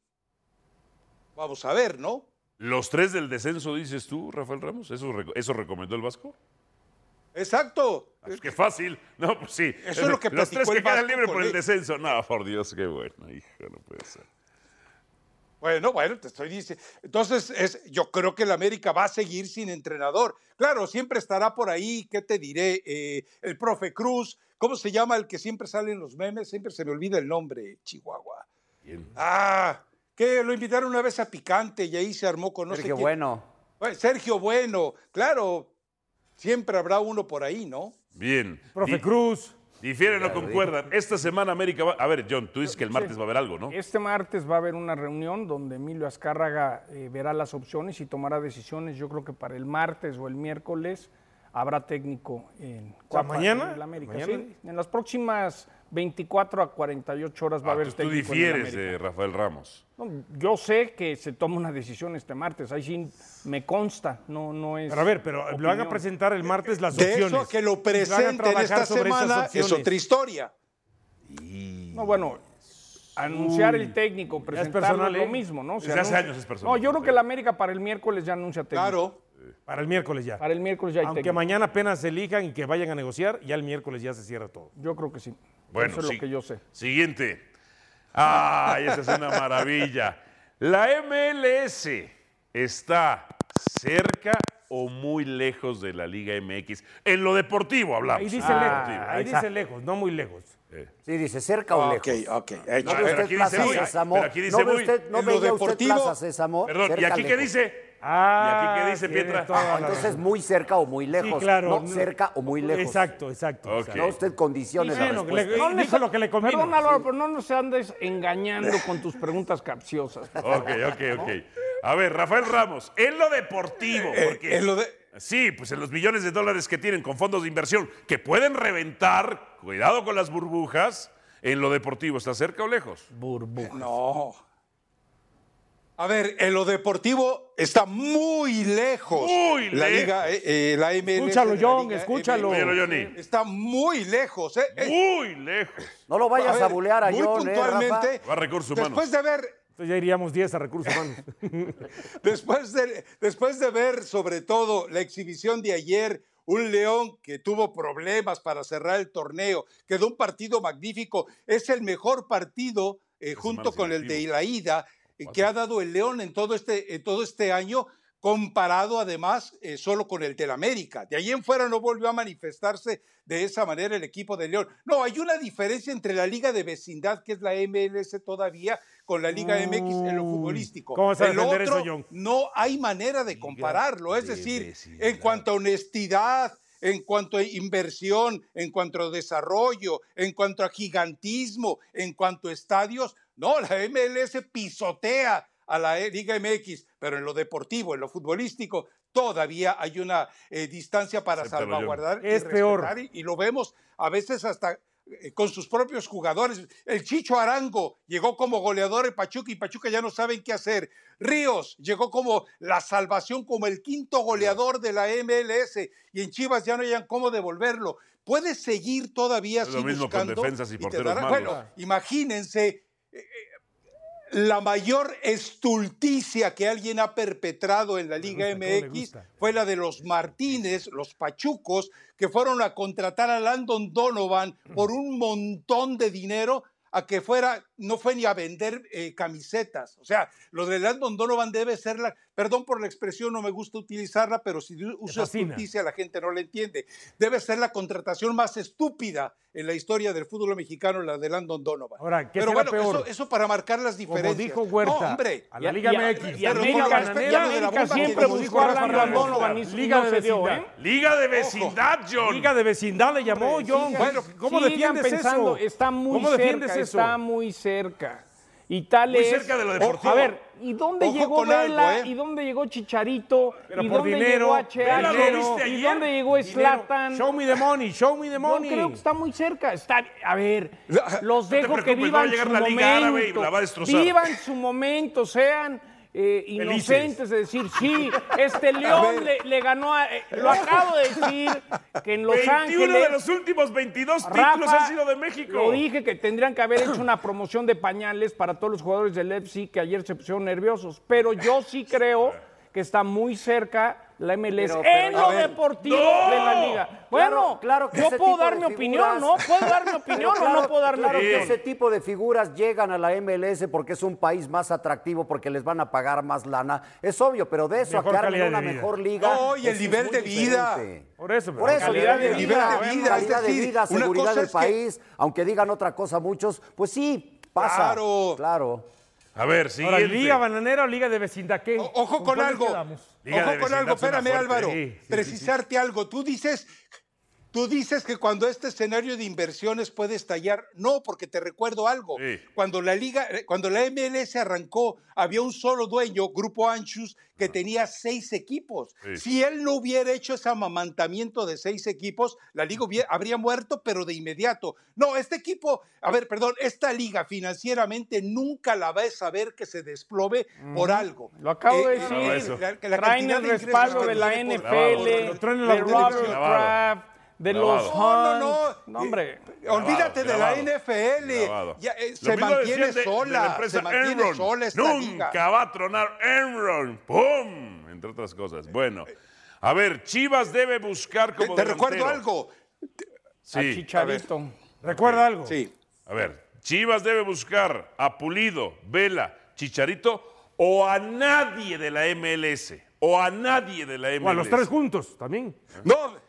Speaker 9: vamos a ver, ¿no?
Speaker 2: ¿Los tres del descenso dices tú, Rafael Ramos? ¿Eso, reco- eso recomendó el Vasco?
Speaker 9: Exacto.
Speaker 2: Ah, pues qué fácil. No, pues sí.
Speaker 9: Eso es lo que
Speaker 2: Los tres
Speaker 9: platicó
Speaker 2: que
Speaker 9: el
Speaker 2: quedan
Speaker 9: Vasco
Speaker 2: libres
Speaker 9: con
Speaker 2: por el
Speaker 9: él.
Speaker 2: descenso. No, por Dios, qué bueno, hijo, no puede ser.
Speaker 9: Bueno, bueno, te estoy diciendo. Entonces, es, yo creo que el América va a seguir sin entrenador. Claro, siempre estará por ahí, ¿qué te diré? Eh, el profe Cruz, ¿cómo se llama el que siempre sale en los memes? Siempre se me olvida el nombre, Chihuahua. Ah, que lo invitaron una vez a Picante y ahí se armó con no sé
Speaker 6: Sergio
Speaker 9: quién.
Speaker 6: Bueno.
Speaker 9: Bueno, Sergio Bueno, claro, siempre habrá uno por ahí, ¿no?
Speaker 2: Bien.
Speaker 4: Profe
Speaker 2: Di-
Speaker 4: Cruz.
Speaker 2: Difieren o concuerdan. Esta semana América va. A ver, John, tú dices que el martes va a haber algo, ¿no?
Speaker 3: Este martes va a haber una reunión donde Emilio Azcárraga eh, verá las opciones y tomará decisiones. Yo creo que para el martes o el miércoles habrá técnico en Cuapa,
Speaker 4: mañana?
Speaker 3: en el América.
Speaker 4: ¿Mañana?
Speaker 3: Sí, en las próximas 24 a 48 horas va a
Speaker 2: Ah,
Speaker 3: haber
Speaker 2: entonces tú
Speaker 3: técnico. en el
Speaker 2: difieres eh,
Speaker 3: América.
Speaker 2: de Rafael Ramos.
Speaker 3: No, yo sé que se toma una decisión este martes. Ahí sí me consta. No, no es.
Speaker 4: Pero a ver, pero lo haga
Speaker 3: opinión.
Speaker 4: presentar el martes las
Speaker 9: De
Speaker 4: opciones.
Speaker 9: eso a que lo presenten
Speaker 4: trabajar
Speaker 9: esta
Speaker 4: sobre esas
Speaker 9: semana es
Speaker 4: opciones.
Speaker 9: otra historia.
Speaker 3: No, bueno, anunciar el técnico, presentarlo es,
Speaker 4: personal, ¿eh?
Speaker 3: lo mismo, ¿no? Se
Speaker 2: Desde hace
Speaker 3: anuncia-
Speaker 2: años es personal.
Speaker 3: No, yo creo que el América para el miércoles ya anuncia técnico.
Speaker 9: Claro.
Speaker 4: Para el miércoles ya.
Speaker 3: Para el miércoles ya hay
Speaker 4: Aunque
Speaker 3: técnico.
Speaker 4: mañana apenas elijan y que vayan a negociar, ya el miércoles ya se cierra todo.
Speaker 3: Yo creo que sí.
Speaker 2: Bueno,
Speaker 3: Eso es
Speaker 2: sí.
Speaker 3: lo que yo sé.
Speaker 2: Siguiente. ¡Ay, esa es una maravilla! La MLS está cerca o muy lejos de la Liga MX. En lo deportivo hablamos.
Speaker 4: Ahí dice
Speaker 2: en lo
Speaker 4: lejos,
Speaker 2: deportivo.
Speaker 4: ahí dice lejos, no muy lejos.
Speaker 6: Sí, dice cerca o
Speaker 9: Ok,
Speaker 6: lejos.
Speaker 9: ok.
Speaker 6: ¿No
Speaker 9: hecho. Eh,
Speaker 2: pero
Speaker 6: ve usted
Speaker 2: ah, aquí dice
Speaker 6: Plaza
Speaker 2: muy-
Speaker 6: Sésamo?
Speaker 2: pero aquí dice
Speaker 6: ¿No ve
Speaker 2: muy-
Speaker 6: usted, no
Speaker 9: en lo
Speaker 6: veía
Speaker 9: deportivo-
Speaker 6: usted Plaza Sésamo?
Speaker 2: Perdón, ¿y
Speaker 6: Cerca,
Speaker 2: aquí qué
Speaker 6: lejos.
Speaker 2: dice? ¿Y aquí qué dice,
Speaker 4: tiene
Speaker 2: Pietra?
Speaker 4: toda
Speaker 6: Ah,
Speaker 4: la
Speaker 6: entonces
Speaker 4: razón.
Speaker 6: muy cerca o muy
Speaker 4: Sí,
Speaker 6: lejos.
Speaker 4: claro.
Speaker 6: No, cerca o muy lejos.
Speaker 4: Exacto, exacto.
Speaker 2: Ok.
Speaker 4: exacto.
Speaker 6: No usted condicione la
Speaker 4: Bueno,
Speaker 6: respuesta.
Speaker 4: le- dijo lo que le convino.
Speaker 3: Perdón, Álvaro, pero no nos andes engañando con tus preguntas capciosas.
Speaker 2: Ok, ok, ok. A ver, Rafael Ramos, en lo deportivo, porque...
Speaker 9: Eh, en lo de-
Speaker 2: Sí, pues en los millones de dólares que tienen con fondos de inversión que pueden reventar, cuidado con las burbujas, en lo deportivo, ¿está cerca o lejos?
Speaker 9: No. A ver, en lo deportivo está muy lejos.
Speaker 2: Muy
Speaker 9: la
Speaker 2: lejos.
Speaker 9: Liga, eh, eh, la MLS.
Speaker 4: Escúchalo,
Speaker 9: la
Speaker 4: John,
Speaker 9: Liga
Speaker 4: escúchalo.
Speaker 9: MLS.
Speaker 2: Pero, Johnny.
Speaker 9: Está muy lejos, ¿eh? Eh,
Speaker 2: Muy lejos.
Speaker 6: No lo vayas
Speaker 9: ver,
Speaker 6: a, bulear a
Speaker 9: Muy
Speaker 6: John, ¿eh, Rafa?
Speaker 9: puntualmente.
Speaker 2: Va a recursos humanos.
Speaker 9: Después de ver,
Speaker 4: Entonces ya iríamos 10 a recursos humanos.
Speaker 9: después de, después de ver, sobre todo, la exhibición de ayer. Un León que tuvo problemas para cerrar el torneo, quedó un partido magnífico, es el mejor partido eh, junto
Speaker 2: semanas
Speaker 9: con el de
Speaker 2: inactivo.
Speaker 9: la ida eh, que ha dado el León en todo este, en todo este año, comparado además eh, solo con el del América. De ahí en fuera no volvió a manifestarse de esa manera el equipo de León. No, hay una diferencia entre la liga de vecindad, que es la MLS todavía, con la Liga MX en lo
Speaker 4: Uy,
Speaker 9: futbolístico.
Speaker 4: Mm. ¿cómo vas a
Speaker 9: el
Speaker 4: defender
Speaker 9: otro
Speaker 4: eso, John?
Speaker 9: no hay manera de compararlo. Es
Speaker 2: de
Speaker 9: decir, en
Speaker 2: vecindad.
Speaker 9: cuanto a honestidad, en cuanto a inversión, en cuanto a desarrollo, en cuanto a gigantismo, en cuanto a estadios. No, la MLS pisotea a la Liga MX, pero en lo deportivo, en lo futbolístico, todavía hay una eh, distancia para
Speaker 2: Acéptalo, John.
Speaker 9: salvaguardar. y
Speaker 4: Es peor.
Speaker 9: respetar, y- Y lo vemos a veces hasta eh, con sus propios jugadores. El Chicho Arango llegó como goleador en Pachuca y Pachuca ya no saben qué hacer. Ríos llegó como la salvación, como el quinto goleador de la MLS y en Chivas ya no hayan cómo devolverlo. Puede seguir todavía
Speaker 2: Es lo
Speaker 9: así
Speaker 2: mismo con
Speaker 9: buscando
Speaker 2: defensas y
Speaker 9: te
Speaker 2: porteros malos.
Speaker 9: Bueno, imagínense eh, eh, la mayor estulticia que alguien ha perpetrado en la Liga
Speaker 4: gusta, cómo le
Speaker 9: MX
Speaker 4: gusta.
Speaker 9: fue la de los Martínez, los Pachucos, que fueron a contratar a Landon Donovan por un montón de dinero a que fuera, no fue ni a vender eh, camisetas. O sea, lo de Landon Donovan debe ser la, perdón por la expresión, no me gusta utilizarla, pero si uso
Speaker 4: fascina.
Speaker 9: estulticia la gente no la entiende. Debe ser la contratación más estúpida en la historia del fútbol mexicano, la de Landon Donovan.
Speaker 4: Ahora, ¿qué
Speaker 9: pero
Speaker 4: será
Speaker 9: bueno,
Speaker 4: peor?
Speaker 9: Eso, eso para marcar las
Speaker 4: Como
Speaker 9: diferencias.
Speaker 4: dijo Huerta,
Speaker 9: No, hombre.
Speaker 4: a la
Speaker 3: Y-
Speaker 4: Liga
Speaker 3: y-
Speaker 4: MX.
Speaker 3: y
Speaker 9: Pero
Speaker 3: América,
Speaker 9: con respecto
Speaker 3: y
Speaker 9: a lo de la
Speaker 3: América
Speaker 9: bomba que
Speaker 3: siempre
Speaker 9: dijo
Speaker 3: buscó a
Speaker 4: Rafa
Speaker 3: Landon
Speaker 4: Ramos,
Speaker 3: Donovan y eso
Speaker 4: Liga
Speaker 3: no
Speaker 4: de
Speaker 3: se dio,
Speaker 4: vecindad.
Speaker 3: ¿eh?
Speaker 2: Liga de vecindad, John.
Speaker 4: Liga de vecindad le llamó John.
Speaker 9: Bueno,
Speaker 4: ¿Cómo
Speaker 3: Sigan
Speaker 4: defiendes
Speaker 3: pensando,
Speaker 4: eso?
Speaker 3: Está muy
Speaker 4: ¿Cómo defiendes
Speaker 3: cerca,
Speaker 4: eso?
Speaker 3: está muy cerca. Y tal
Speaker 2: Muy
Speaker 3: es-
Speaker 2: cerca de lo deportivo.
Speaker 3: A ver, ¿y dónde
Speaker 9: Ojo
Speaker 3: llegó
Speaker 9: con algo,
Speaker 3: Vela?
Speaker 9: ¿eh?
Speaker 3: ¿Y dónde llegó Chicharito?
Speaker 4: Pero
Speaker 3: ¿Y
Speaker 4: por
Speaker 3: dónde
Speaker 4: dinero,
Speaker 3: llegó
Speaker 4: Vela,
Speaker 2: ¿lo viste
Speaker 3: HH? ¿Y
Speaker 2: ayer?
Speaker 3: dónde llegó
Speaker 4: Dinero.
Speaker 3: Slatan?
Speaker 4: Show me the money, show me the
Speaker 3: Yo
Speaker 4: money.
Speaker 3: creo que está muy cerca. Está, a ver,
Speaker 9: La-
Speaker 3: los
Speaker 2: te
Speaker 3: dejo que
Speaker 2: preocupes, va a
Speaker 3: vivan
Speaker 2: llegar
Speaker 3: su
Speaker 2: la Liga Árabe y
Speaker 3: momento.
Speaker 2: la va a destrozar.
Speaker 3: Vivan su momento, sean eh,
Speaker 4: Felices.
Speaker 3: inocentes de decir, sí, este León le, le ganó, a, eh, lo acabo de decir, que en Los
Speaker 4: 21
Speaker 3: Ángeles...
Speaker 4: de los últimos 22 títulos
Speaker 3: Rafa,
Speaker 4: han sido de México.
Speaker 3: Lo dije que tendrían que haber hecho una promoción de pañales para todos los jugadores del FC que ayer se pusieron nerviosos. Pero yo sí creo que está muy cerca la MLS
Speaker 6: Pero, pero,
Speaker 3: en
Speaker 6: a
Speaker 3: lo
Speaker 6: ver.
Speaker 3: deportivo de la liga. Bueno,
Speaker 6: claro que
Speaker 3: yo
Speaker 6: ese
Speaker 3: puedo
Speaker 6: tipo
Speaker 3: dar
Speaker 6: de
Speaker 3: mi opinión, ¿no?
Speaker 6: figuras-
Speaker 3: Puedo dar mi opinión
Speaker 6: Pero
Speaker 3: o no puedo dar mi
Speaker 6: claro que
Speaker 3: opinión.
Speaker 6: ese tipo de figuras llegan a la MLS porque es un país más atractivo, porque les van a pagar más lana. Es obvio, pero de eso
Speaker 4: Mejor
Speaker 6: a que
Speaker 4: calidad
Speaker 6: en
Speaker 4: de
Speaker 6: una
Speaker 4: vida.
Speaker 6: mejor liga.
Speaker 9: No, y el
Speaker 6: eso es
Speaker 9: nivel
Speaker 6: muy
Speaker 9: de vida.
Speaker 6: diferente.
Speaker 4: Por eso, pero
Speaker 6: Por
Speaker 4: la
Speaker 6: eso,
Speaker 4: calidad de
Speaker 9: vida. Nivel de vida,
Speaker 6: calidad
Speaker 9: es
Speaker 6: de
Speaker 9: decir,
Speaker 6: vida,
Speaker 9: una
Speaker 6: seguridad
Speaker 9: cosa
Speaker 6: del
Speaker 9: es que-
Speaker 6: país. Aunque digan otra cosa muchos, pues sí, pasa.
Speaker 9: Claro.
Speaker 6: Claro.
Speaker 2: A ver,
Speaker 4: Ahora,
Speaker 2: siguiente.
Speaker 4: ¿Liga bananera o Liga de vecindad? ¿Qué?
Speaker 9: O- Ojo con
Speaker 4: cuál
Speaker 9: algo.
Speaker 4: quedamos?
Speaker 2: Liga de
Speaker 9: Ojo con
Speaker 2: vecindad
Speaker 9: algo.
Speaker 2: suena
Speaker 9: Espérame,
Speaker 2: fuerte.
Speaker 9: Álvaro.
Speaker 4: Sí, sí, sí,
Speaker 9: Precisarte algo. Tú dices, tú dices que cuando este escenario de inversiones puede estallar. No, porque te recuerdo algo.
Speaker 2: Sí.
Speaker 9: Cuando la liga, eh, cuando la MLS arrancó, había un solo dueño, Grupo Anchus, que tenía seis equipos.
Speaker 2: Ah. Sí.
Speaker 9: Si él no hubiera hecho ese amamantamiento de seis equipos, la liga hubie- habría muerto, pero de inmediato. No, este equipo, a ver, perdón, esta liga financieramente nunca la va a saber que se desplome por algo.
Speaker 3: Lo acabo de
Speaker 9: Eh,
Speaker 3: decir.
Speaker 2: bravo eso.
Speaker 9: la- la
Speaker 3: Traen
Speaker 9: cantidad
Speaker 3: el
Speaker 9: de ingresos
Speaker 3: respaldo
Speaker 9: que
Speaker 3: de la
Speaker 9: tiene
Speaker 3: NFL,
Speaker 9: por-
Speaker 2: Lavado,
Speaker 3: de
Speaker 2: lo traen en la
Speaker 3: Robert
Speaker 2: televisión.
Speaker 3: Kraft, de
Speaker 2: Lavado.
Speaker 3: los Hunt.
Speaker 9: No, no, no.
Speaker 3: hombre.
Speaker 9: Eh, Olvídate
Speaker 2: Grabado,
Speaker 9: de la NFL.
Speaker 2: grabado.
Speaker 9: Ya, eh,
Speaker 2: Lo
Speaker 9: se
Speaker 2: mismo
Speaker 9: mantiene
Speaker 2: decían de- de la
Speaker 9: sola.
Speaker 2: empresa
Speaker 9: se mantiene
Speaker 2: Enron.
Speaker 9: sola esta
Speaker 2: Nunca
Speaker 9: liga.
Speaker 2: va a tronar Enron. ¡Pum! Entre otras cosas. Bueno, a ver, Chivas debe buscar
Speaker 9: Te,
Speaker 2: como
Speaker 9: te recuerdo
Speaker 2: delantero.
Speaker 9: algo.
Speaker 3: A
Speaker 2: Sí,
Speaker 3: Chicharito.
Speaker 4: Recuerda algo.
Speaker 9: Sí.
Speaker 2: a ver. Chivas debe buscar a Pulido, Vela, Chicharito o a nadie de la MLS. O a nadie de la MLS.
Speaker 4: O a los tres juntos también.
Speaker 9: No.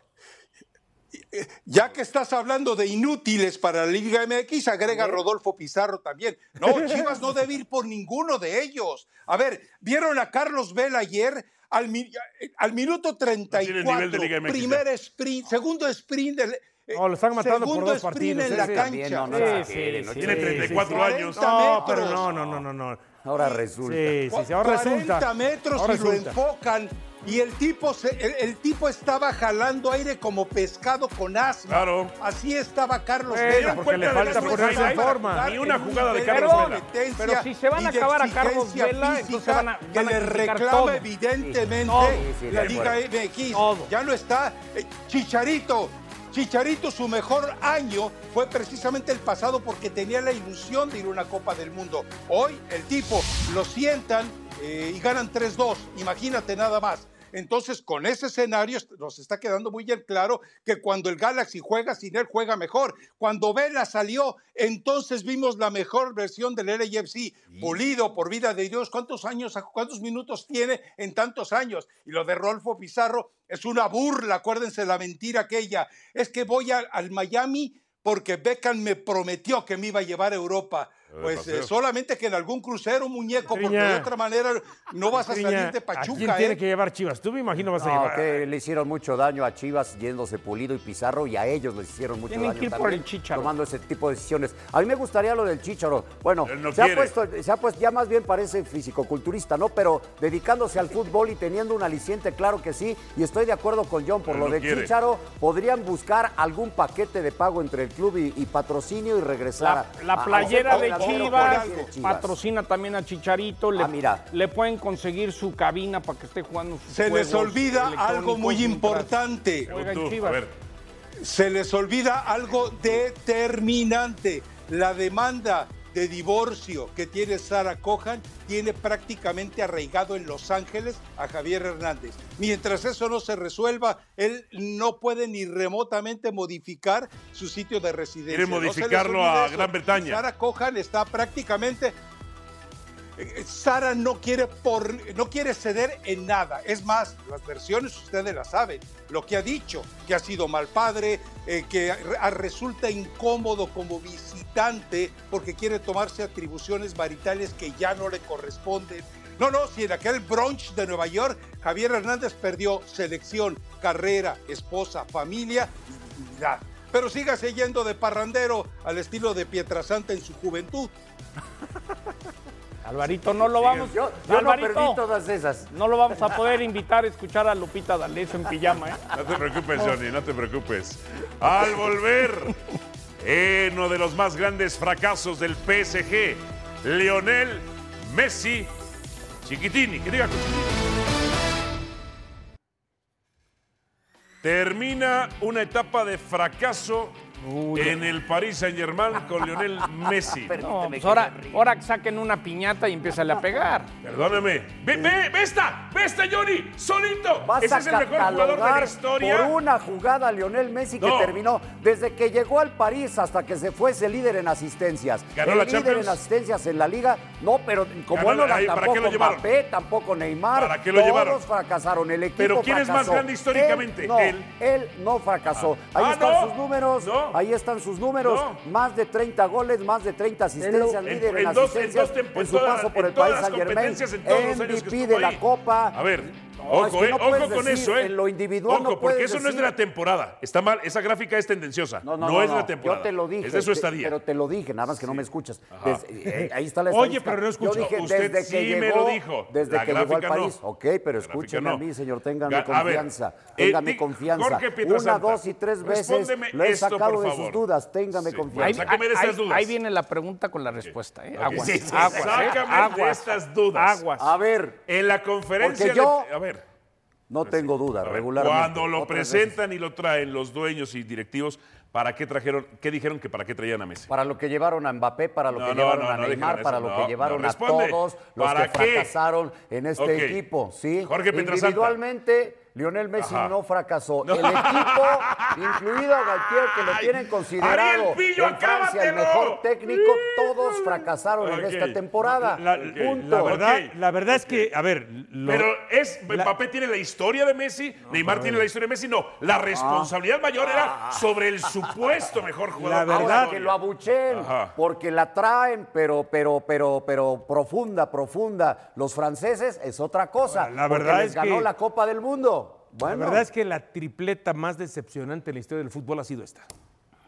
Speaker 9: eh, Ya que estás hablando de inútiles para la Liga MX, agrega Rodolfo Pizarro también. No, Chivas no debe ir por ninguno de ellos. A ver, ¿vieron a Carlos Vela ayer? Al, mi- eh, al minuto
Speaker 2: tiene el nivel
Speaker 9: 34,
Speaker 2: de Liga MX,
Speaker 9: primer sprint, segundo sprint. del- eh,
Speaker 4: No, lo están matando por
Speaker 9: segundo
Speaker 4: dos
Speaker 9: sprint
Speaker 4: partidos,
Speaker 9: en
Speaker 4: sí,
Speaker 9: la
Speaker 4: sí,
Speaker 9: cancha.
Speaker 6: También, no, no
Speaker 3: Sí,
Speaker 6: exageren,
Speaker 3: sí,
Speaker 6: no
Speaker 3: sí.
Speaker 2: Ah, Tiene
Speaker 6: exageren.
Speaker 2: 34 años.
Speaker 9: 40
Speaker 4: No, pero
Speaker 9: metros.
Speaker 4: no, no, no, no, no.
Speaker 6: Ahora resulta.
Speaker 4: Sí, sí, sí, ahora
Speaker 9: 40
Speaker 4: resulta.
Speaker 9: metros
Speaker 4: Ahora
Speaker 9: y lo
Speaker 4: resulta.
Speaker 9: enfocan y el tipo se- el, el tipo estaba jalando aire como pescado con asma.
Speaker 2: Claro.
Speaker 9: Así estaba Carlos
Speaker 4: Bueno,
Speaker 9: Vela.
Speaker 4: porque le
Speaker 9: Pero
Speaker 4: falta
Speaker 9: no
Speaker 4: ponerse
Speaker 9: estaba
Speaker 4: en
Speaker 9: para
Speaker 4: forma.
Speaker 9: jugar
Speaker 2: Ni una
Speaker 9: en un
Speaker 2: jugada de
Speaker 9: nivel
Speaker 2: Carlos Vela.
Speaker 9: competencia
Speaker 3: Pero si se van a
Speaker 9: y de
Speaker 3: acabar a Carlos
Speaker 9: exigencia
Speaker 3: Vela, entonces
Speaker 9: física
Speaker 3: van a- van a
Speaker 9: que le
Speaker 3: criticar
Speaker 9: reclama
Speaker 3: todo.
Speaker 9: evidentemente
Speaker 3: Todo.
Speaker 6: sí,
Speaker 9: la
Speaker 6: de
Speaker 9: Liga
Speaker 6: acuerdo.
Speaker 9: MX.
Speaker 3: Todo.
Speaker 9: Ya no está eh, Chicharito. Chicharito, su mejor año fue precisamente el pasado porque tenía la ilusión de ir a una Copa del Mundo. Hoy el tipo lo sientan eh, y ganan 3-2. Imagínate nada más. Entonces, con ese escenario est- nos está quedando muy bien claro que cuando el Galaxy juega sin él, juega mejor. Cuando Vela salió, entonces vimos la mejor versión del LAFC. Pulido, por vida de Dios, ¿cuántos años, cuántos minutos tiene en tantos años? Y lo de Rolfo Pizarro es una burla, acuérdense la mentira aquella. Es que voy al- al Miami porque Beckham me prometió que me iba a llevar a Europa.
Speaker 2: Lo de
Speaker 9: Pues eh,
Speaker 2: paseo.
Speaker 9: solamente que en algún crucero, muñeco, porque
Speaker 4: Triña.
Speaker 9: de otra manera no vas a
Speaker 4: Piña,
Speaker 9: salir de
Speaker 4: ¿A
Speaker 9: Pachuca.
Speaker 4: quién tiene
Speaker 9: ¿eh?
Speaker 4: que llevar Chivas? Tú me imagino
Speaker 3: Ah,
Speaker 4: vas a
Speaker 6: No,
Speaker 4: llevar.
Speaker 6: que le hicieron mucho daño a Chivas yéndose Pulido y Pizarro y a ellos les hicieron mucho
Speaker 3: Tienen
Speaker 6: daño
Speaker 3: que ir por
Speaker 6: también,
Speaker 3: el Chícharo.
Speaker 6: tomando ese tipo de decisiones. A mí me gustaría lo del Chícharo. Bueno,
Speaker 2: Él no
Speaker 6: se, ha
Speaker 2: quiere.
Speaker 6: puesto, se ha puesto, ya más bien parece fisicoculturista, ¿no? Pero dedicándose al fútbol y teniendo un aliciente, claro que sí. Y estoy de acuerdo con John, por
Speaker 2: Él
Speaker 6: lo
Speaker 2: no
Speaker 6: de
Speaker 2: quiere.
Speaker 6: Chícharo, podrían buscar algún paquete de pago entre el club y, y patrocinio y regresar.
Speaker 3: La, la
Speaker 6: Ah, a- a-
Speaker 3: playera
Speaker 6: a-
Speaker 3: de
Speaker 6: a-
Speaker 3: Chivas,
Speaker 6: a- a-
Speaker 3: patrocina también a Chicharito. Le,
Speaker 6: Ah, mira.
Speaker 3: le pueden conseguir su cabina para que esté jugando sus
Speaker 9: Se les
Speaker 3: juegos
Speaker 9: olvida algo
Speaker 3: electrónicos
Speaker 9: muy
Speaker 3: mientras
Speaker 9: importante.
Speaker 3: juega en
Speaker 2: Tú,
Speaker 3: Chivas.
Speaker 2: a ver,
Speaker 9: Se les olvida algo determinante. La demanda de divorcio que tiene Sara Cohan tiene prácticamente arraigado en Los Ángeles a Javier Hernández. Mientras eso no se resuelva, él no puede ni remotamente modificar su sitio de residencia.
Speaker 2: Quiere
Speaker 9: No se les
Speaker 2: modificarlo
Speaker 9: olvide
Speaker 2: a
Speaker 9: eso.
Speaker 2: Gran Bretaña.
Speaker 9: Sara Cohan está prácticamente eh, Sara no quiere, por, no quiere ceder en nada. Es más, las versiones ustedes las saben. Lo que ha dicho, que ha sido mal padre, eh, que re- a- resulta incómodo como visitante porque quiere tomarse atribuciones maritales que ya no le corresponden. No, no, si en aquel brunch de Nueva York Javier Hernández perdió selección, carrera, esposa, familia y dignidad. Pero sígase yendo de parrandero al estilo de Pietrasanta en su juventud.
Speaker 3: Alvarito, no lo vamos.
Speaker 6: Yo, yo no
Speaker 3: Alvarito,
Speaker 6: perdí todas esas.
Speaker 3: no lo vamos a poder invitar a escuchar a Lupita D'Alessio en pijama, ¿eh?
Speaker 2: no te preocupes, Johnny, no te preocupes. Al volver, en uno de los más grandes fracasos del PSG, Lionel Messi Chiquitini, que diga Chiquitini. Termina una etapa de fracaso en el Paris Saint-Germain con Lionel Messi.
Speaker 3: No, pues ahora, ahora que saquen una piñata y empiezan a pegar.
Speaker 2: Perdóname. Ve, ve, ve esta, ve esta, Johnny, solito.
Speaker 6: Vas
Speaker 2: Ese
Speaker 6: a
Speaker 2: es el mejor jugador de la
Speaker 6: catalogar
Speaker 2: historia.
Speaker 6: Por una jugada, Lionel Messi que
Speaker 2: No.
Speaker 6: terminó desde que llegó al París hasta que se fue, es el líder en asistencias.
Speaker 2: Ganó
Speaker 6: el
Speaker 2: la
Speaker 6: líder
Speaker 2: Champions.
Speaker 6: en asistencias en la liga. No, pero como
Speaker 2: Ganó
Speaker 6: él no
Speaker 2: la-
Speaker 6: era
Speaker 2: ahí, ¿para qué lo
Speaker 6: tampoco
Speaker 2: llevaron?
Speaker 6: Mbappé, tampoco Neymar.
Speaker 2: ¿Para qué lo
Speaker 6: todos
Speaker 2: llevaron?
Speaker 6: fracasaron. El equipo
Speaker 2: Pero ¿quién es más
Speaker 6: fracasó.
Speaker 2: grande históricamente?
Speaker 6: Él no,
Speaker 2: Él.
Speaker 6: él. no fracasó.
Speaker 2: Ah.
Speaker 6: Ahí
Speaker 2: Ah,
Speaker 6: están
Speaker 2: no.
Speaker 6: sus números.
Speaker 2: No.
Speaker 6: Ahí están sus números.
Speaker 2: No.
Speaker 6: Más de 30 goles, más de 30 asistencias,
Speaker 2: En-
Speaker 6: líder en,
Speaker 2: en dos- en
Speaker 6: asistencias.
Speaker 2: dos tiempos,
Speaker 6: su
Speaker 2: todas-
Speaker 6: paso por
Speaker 2: en
Speaker 6: el
Speaker 2: todas
Speaker 6: Paris
Speaker 2: las
Speaker 6: Saint-Germain.
Speaker 2: competencias, en todos los años que
Speaker 6: MVP
Speaker 2: estuvo
Speaker 6: de la
Speaker 2: ahí.
Speaker 6: Copa.
Speaker 2: A ver,
Speaker 6: No, es
Speaker 2: ojo,
Speaker 6: que
Speaker 2: eh,
Speaker 6: no
Speaker 2: ojo
Speaker 6: puedes
Speaker 2: con
Speaker 6: decir
Speaker 2: eso, ¿eh?
Speaker 6: En lo individual
Speaker 2: ojo,
Speaker 6: no
Speaker 2: porque
Speaker 6: puedes
Speaker 2: eso no es de la
Speaker 6: decir.
Speaker 2: temporada. Está mal, esa gráfica es tendenciosa. No, es de la temporada.
Speaker 6: Yo te lo dije.
Speaker 2: Es de su
Speaker 6: te-
Speaker 2: estadía.
Speaker 6: pero te lo dije, nada más que no me escuchas. Desde- eh, ahí está la
Speaker 4: Oye,
Speaker 6: estadística.
Speaker 4: pero no escucho.
Speaker 6: Yo dije,
Speaker 2: Usted
Speaker 6: desde que
Speaker 2: sí
Speaker 6: llegó,
Speaker 2: me lo dijo.
Speaker 6: Desde
Speaker 2: La
Speaker 6: que llegó al
Speaker 2: gráfica no.
Speaker 6: País. Ok,
Speaker 2: La
Speaker 6: pero escúchene
Speaker 2: gráfica no.
Speaker 6: a mí, señor, téngame
Speaker 2: Ga- a ver,
Speaker 6: confianza.
Speaker 2: eh,
Speaker 6: téngame
Speaker 2: di-
Speaker 6: confianza.
Speaker 2: Jorge
Speaker 6: Una,
Speaker 2: Pietrasanta,
Speaker 6: dos y tres veces
Speaker 2: respóndeme
Speaker 6: lo he
Speaker 2: esto, por
Speaker 6: sacado de sus
Speaker 2: favor.
Speaker 6: dudas. Téngame
Speaker 2: Sí,
Speaker 6: confianza.
Speaker 2: bueno, sáqueme de esas dudas.
Speaker 3: ahí viene la pregunta con la respuesta. ¿eh?
Speaker 2: Ok.
Speaker 3: Aguas,
Speaker 2: Sí, sí,
Speaker 3: aguas, ¿eh?
Speaker 2: sácame de
Speaker 3: aguas,
Speaker 2: estas dudas.
Speaker 3: aguas.
Speaker 6: A ver,
Speaker 2: En la conferencia.
Speaker 6: Porque yo-
Speaker 2: le- a ver,
Speaker 6: no tengo duda,
Speaker 2: a ver,
Speaker 6: regularmente.
Speaker 2: Cuando lo
Speaker 6: Otras veces.
Speaker 2: presentan y lo traen los dueños y directivos, ¿para qué trajeron? ¿Qué dijeron que para qué traían a Messi?
Speaker 6: Para lo que llevaron a Mbappé, para lo
Speaker 2: No,
Speaker 6: que
Speaker 2: no,
Speaker 6: llevaron
Speaker 2: no,
Speaker 6: a
Speaker 2: no
Speaker 6: Neymar,
Speaker 2: dijeron
Speaker 6: para
Speaker 2: eso,
Speaker 6: lo
Speaker 2: no,
Speaker 6: que llevaron
Speaker 2: no,
Speaker 6: a
Speaker 2: responde.
Speaker 6: todos los
Speaker 2: ¿Para
Speaker 6: que
Speaker 2: qué?
Speaker 6: fracasaron en este
Speaker 2: Ok.
Speaker 6: equipo, ¿sí?
Speaker 2: Jorge Pietrasanta.
Speaker 6: Individualmente, Lionel Messi
Speaker 2: Ajá.
Speaker 6: no fracasó. El equipo, incluido a Galtier, que lo tienen considerado
Speaker 2: Ariel Pillo,
Speaker 6: en Francia el
Speaker 2: acábatelo. Mm.
Speaker 6: mejor técnico, todos fracasaron en
Speaker 2: Ok.
Speaker 6: esta temporada.
Speaker 4: La,
Speaker 2: Ok,
Speaker 4: punto.
Speaker 2: la
Speaker 4: la
Speaker 2: verdad-
Speaker 4: verdad, la verdad es que, a ver, lo-
Speaker 2: Pero es
Speaker 4: la-
Speaker 2: Mbappé tiene la historia de Messi, Neymar tiene la historia de Messi, no. La responsabilidad mayor era sobre el supuesto mejor
Speaker 4: La
Speaker 2: jugador. de
Speaker 4: verdad-
Speaker 6: Ahora que lo abuchen,
Speaker 2: Ajá.
Speaker 6: porque la traen, pero, pero, pero, pero profunda, profunda. Los franceses es otra cosa.
Speaker 4: Ahora, la
Speaker 6: porque
Speaker 4: verdad
Speaker 6: les
Speaker 4: es
Speaker 6: ganó
Speaker 4: que-
Speaker 6: la Copa del Mundo.
Speaker 4: la
Speaker 6: Bueno,
Speaker 4: verdad es que la tripleta más decepcionante en la historia del fútbol ha sido esta.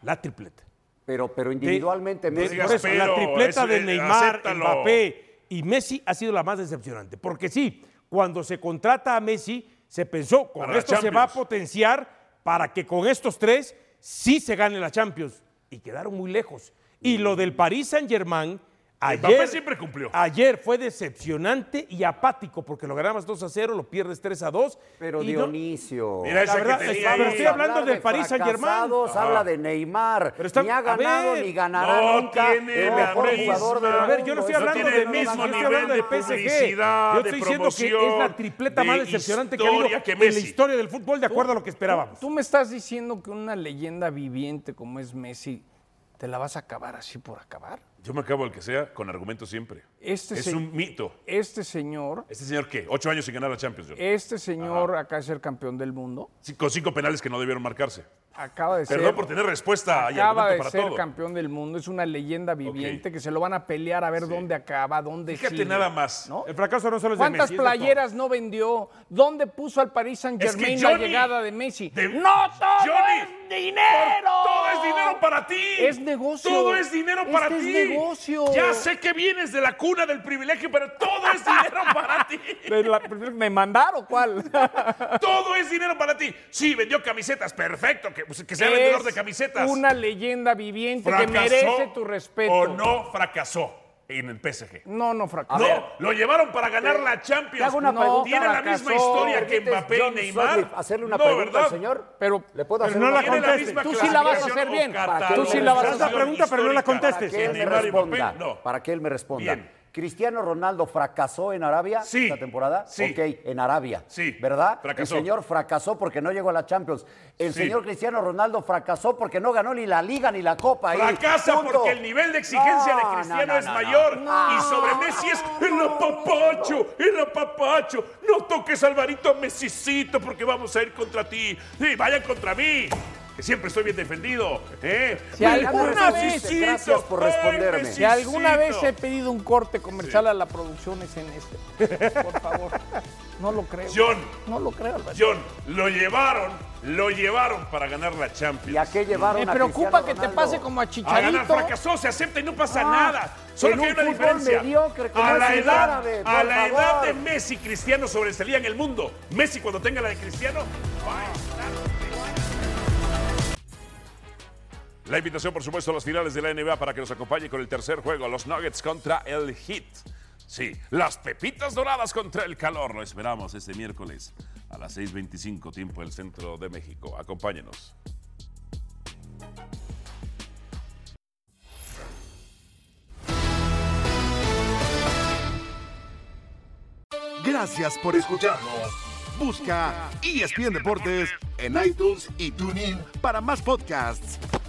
Speaker 4: La tripleta.
Speaker 6: pero, pero individualmente
Speaker 4: De-
Speaker 6: Messi
Speaker 2: digas
Speaker 4: por eso,
Speaker 2: pero,
Speaker 4: la tripleta
Speaker 2: eso,
Speaker 4: de
Speaker 2: eh,
Speaker 4: Neymar,
Speaker 2: acéptalo.
Speaker 4: Mbappé y Messi ha sido la más decepcionante. Porque sí, cuando se contrata a Messi, se pensó, con
Speaker 2: Para la
Speaker 4: esto se
Speaker 2: Champions.
Speaker 4: va a potenciar para que con estos tres sí se gane la Champions. Y quedaron muy lejos. Y lo del Paris Saint-Germain,
Speaker 2: Mbappé
Speaker 4: ayer,
Speaker 2: siempre cumplió.
Speaker 4: ayer fue decepcionante y apático, porque lo ganabas 2 a 0, lo pierdes 3 a 2.
Speaker 6: Pero
Speaker 4: y no-
Speaker 6: Dionisio.
Speaker 2: Mira esa
Speaker 4: La verdad,
Speaker 2: que tenía
Speaker 4: está- pero
Speaker 2: ahí.
Speaker 4: estoy hablando
Speaker 6: Hablar de
Speaker 4: del Paris Saint-Germain. Ah.
Speaker 6: fracasados, Habla de Neymar.
Speaker 4: Pero está-
Speaker 6: ni ha
Speaker 4: a
Speaker 6: ganado
Speaker 4: ver,
Speaker 6: ni ganará
Speaker 2: no
Speaker 6: nunca.
Speaker 2: tiene
Speaker 6: el
Speaker 2: la
Speaker 6: mejor jugador del
Speaker 2: misma-
Speaker 4: A ver, yo no
Speaker 6: mundo.
Speaker 4: estoy
Speaker 6: Eso
Speaker 4: hablando
Speaker 6: tiene
Speaker 4: de
Speaker 6: el
Speaker 2: Messi,
Speaker 4: mismo, yo
Speaker 6: mismo
Speaker 4: estoy
Speaker 2: nivel
Speaker 4: hablando
Speaker 2: de
Speaker 4: del PSG.
Speaker 2: publicidad,
Speaker 4: Yo
Speaker 2: de
Speaker 4: estoy diciendo que es
Speaker 2: promoción,
Speaker 4: la tripleta más
Speaker 2: de
Speaker 4: decepcionante que ha habido
Speaker 2: historia que
Speaker 4: en la
Speaker 2: Messi.
Speaker 4: historia del fútbol, de acuerdo a lo que esperábamos.
Speaker 3: Tú me estás diciendo que una leyenda viviente como es Messi, ¿te la vas a acabar así por acabar?
Speaker 2: Yo me acabo el que sea con argumentos siempre.
Speaker 3: Este
Speaker 2: es
Speaker 3: se-
Speaker 2: un mito.
Speaker 3: Este señor,
Speaker 2: ¿Este señor qué? Ocho años sin ganar la Champions. John.
Speaker 3: este señor acá es el campeón del mundo,
Speaker 2: Sí, Con cinco penales que no debieron marcarse.
Speaker 3: acaba de
Speaker 2: Perdón
Speaker 3: ser...
Speaker 2: por tener respuesta y
Speaker 3: Acaba
Speaker 2: argumento
Speaker 3: de
Speaker 2: para
Speaker 3: ser
Speaker 2: todo.
Speaker 3: campeón del mundo, es una leyenda viviente que se lo van a pelear a ver dónde acaba, dónde
Speaker 2: Fíjate
Speaker 3: sigue,
Speaker 2: nada más.
Speaker 3: ¿no?
Speaker 4: El fracaso no solo es de Messi.
Speaker 3: ¿Cuántas
Speaker 4: es de todos.
Speaker 3: playeras no vendió? ¿Dónde puso al Paris Saint
Speaker 2: Es que
Speaker 3: Germain la
Speaker 2: Johnny-
Speaker 3: llegada de Messi?
Speaker 2: de-
Speaker 3: ¡No todo
Speaker 2: Johnny,
Speaker 3: es dinero!
Speaker 2: Todo es dinero para ti.
Speaker 3: Es negocio.
Speaker 2: Todo es dinero para
Speaker 3: Este
Speaker 2: ti.
Speaker 3: es negocio.
Speaker 2: Ya sé que vienes de la cuna del privilegio, pero todo es dinero para ti.
Speaker 3: ¿De la- ¿Me mandaron cuál?
Speaker 2: Todo es dinero para ti. Sí, vendió camisetas, perfecto, que, pues, que sea vendedor
Speaker 3: Es
Speaker 2: de camisetas.
Speaker 3: Una leyenda viviente
Speaker 2: ¿Fracasó
Speaker 3: que merece tu respeto.
Speaker 2: O no fracasó en el PSG.
Speaker 3: No, no fracasó.
Speaker 2: no, lo llevaron para ganar
Speaker 3: Eh,
Speaker 2: la Champions.
Speaker 6: Te hago una
Speaker 3: No,
Speaker 6: pregunta.
Speaker 2: Tiene la misma historia que
Speaker 6: ¿Permites,
Speaker 2: Mbappé y
Speaker 6: John
Speaker 2: Neymar.
Speaker 6: Sutcliffe, hacerle una
Speaker 2: No,
Speaker 6: pregunta
Speaker 2: ¿verdad?
Speaker 6: al señor?
Speaker 3: Pero-
Speaker 6: ¿Le puedo
Speaker 4: pero
Speaker 6: hacer
Speaker 4: no
Speaker 6: una
Speaker 4: la
Speaker 2: Tiene
Speaker 6: pregunta?
Speaker 2: la
Speaker 4: conteste.
Speaker 2: misma
Speaker 3: Tú sí la vas a
Speaker 2: clasificación
Speaker 3: hacer
Speaker 2: o
Speaker 3: bien.
Speaker 2: catálogo
Speaker 3: Tú sí la vas a
Speaker 2: de
Speaker 3: hacer
Speaker 4: bien.
Speaker 2: histórica
Speaker 4: Esa pregunta, pero no la contestes.
Speaker 6: que
Speaker 2: Que
Speaker 6: él me
Speaker 2: Neymar y
Speaker 6: responda.
Speaker 2: Mbappé, no.
Speaker 6: Para que él me responda.
Speaker 2: Bien.
Speaker 6: ¿Cristiano Ronaldo fracasó en Arabia
Speaker 2: Sí.
Speaker 6: esta temporada?
Speaker 2: Sí.
Speaker 6: Ok, en Arabia.
Speaker 2: Sí.
Speaker 6: ¿Verdad?
Speaker 2: Fracasó.
Speaker 6: El señor fracasó porque no llegó a la Champions. El
Speaker 2: Sí.
Speaker 6: señor Cristiano Ronaldo fracasó porque no ganó ni la Liga ni la Copa. ahí.
Speaker 2: Fracasa
Speaker 6: Punto.
Speaker 2: porque el nivel de exigencia
Speaker 6: No,
Speaker 2: de Cristiano
Speaker 6: no, no,
Speaker 2: es
Speaker 6: no.
Speaker 2: mayor y sobre Messi es el apapacho, el apapacho. No toques Alvarito Messicito porque vamos a ir contra ti. Sí, vayan contra mí. Que siempre estoy bien defendido. ¿eh?
Speaker 3: Si
Speaker 2: Ay,
Speaker 3: alguna
Speaker 2: ay,
Speaker 3: vez-
Speaker 2: Messicito,
Speaker 6: gracias por
Speaker 2: ay,
Speaker 6: responderme. Si
Speaker 3: Si alguna vez
Speaker 2: Messicito.
Speaker 3: he pedido un corte comercial a la producción es en este. Por favor. No lo creo.
Speaker 2: John.
Speaker 3: No lo creo, Alberto.
Speaker 2: John, lo llevaron, lo llevaron para ganar la Champions.
Speaker 6: ¿Y a qué llevaron
Speaker 3: Me
Speaker 6: a
Speaker 3: preocupa
Speaker 6: Cristiano
Speaker 3: que te
Speaker 6: Ronaldo?
Speaker 3: pase como a
Speaker 2: A ganar
Speaker 3: Chicharito.
Speaker 2: fracasó, se acepta y no pasa
Speaker 6: Ah,
Speaker 2: nada. Solo
Speaker 6: en
Speaker 2: que hay
Speaker 6: un
Speaker 2: una
Speaker 6: fútbol
Speaker 2: diferencia.
Speaker 6: mediocre como
Speaker 2: a
Speaker 6: es
Speaker 2: la
Speaker 6: el
Speaker 2: edad,
Speaker 6: árabe, por
Speaker 2: a la edad
Speaker 6: favor.
Speaker 2: de Messi, Cristiano sobresalían el mundo. Messi cuando tenga la de Cristiano va a estar- La invitación, por supuesto, a las finales de la NBA para que nos acompañe con el tercer juego, los Nuggets contra el Heat. Sí, las pepitas doradas contra el calor. Lo esperamos este miércoles a las 6.25 tiempo del Centro de México. Acompáñenos.
Speaker 1: Gracias por escucharnos. E Busca ESPN Deportes en iTunes y TuneIn para más podcasts.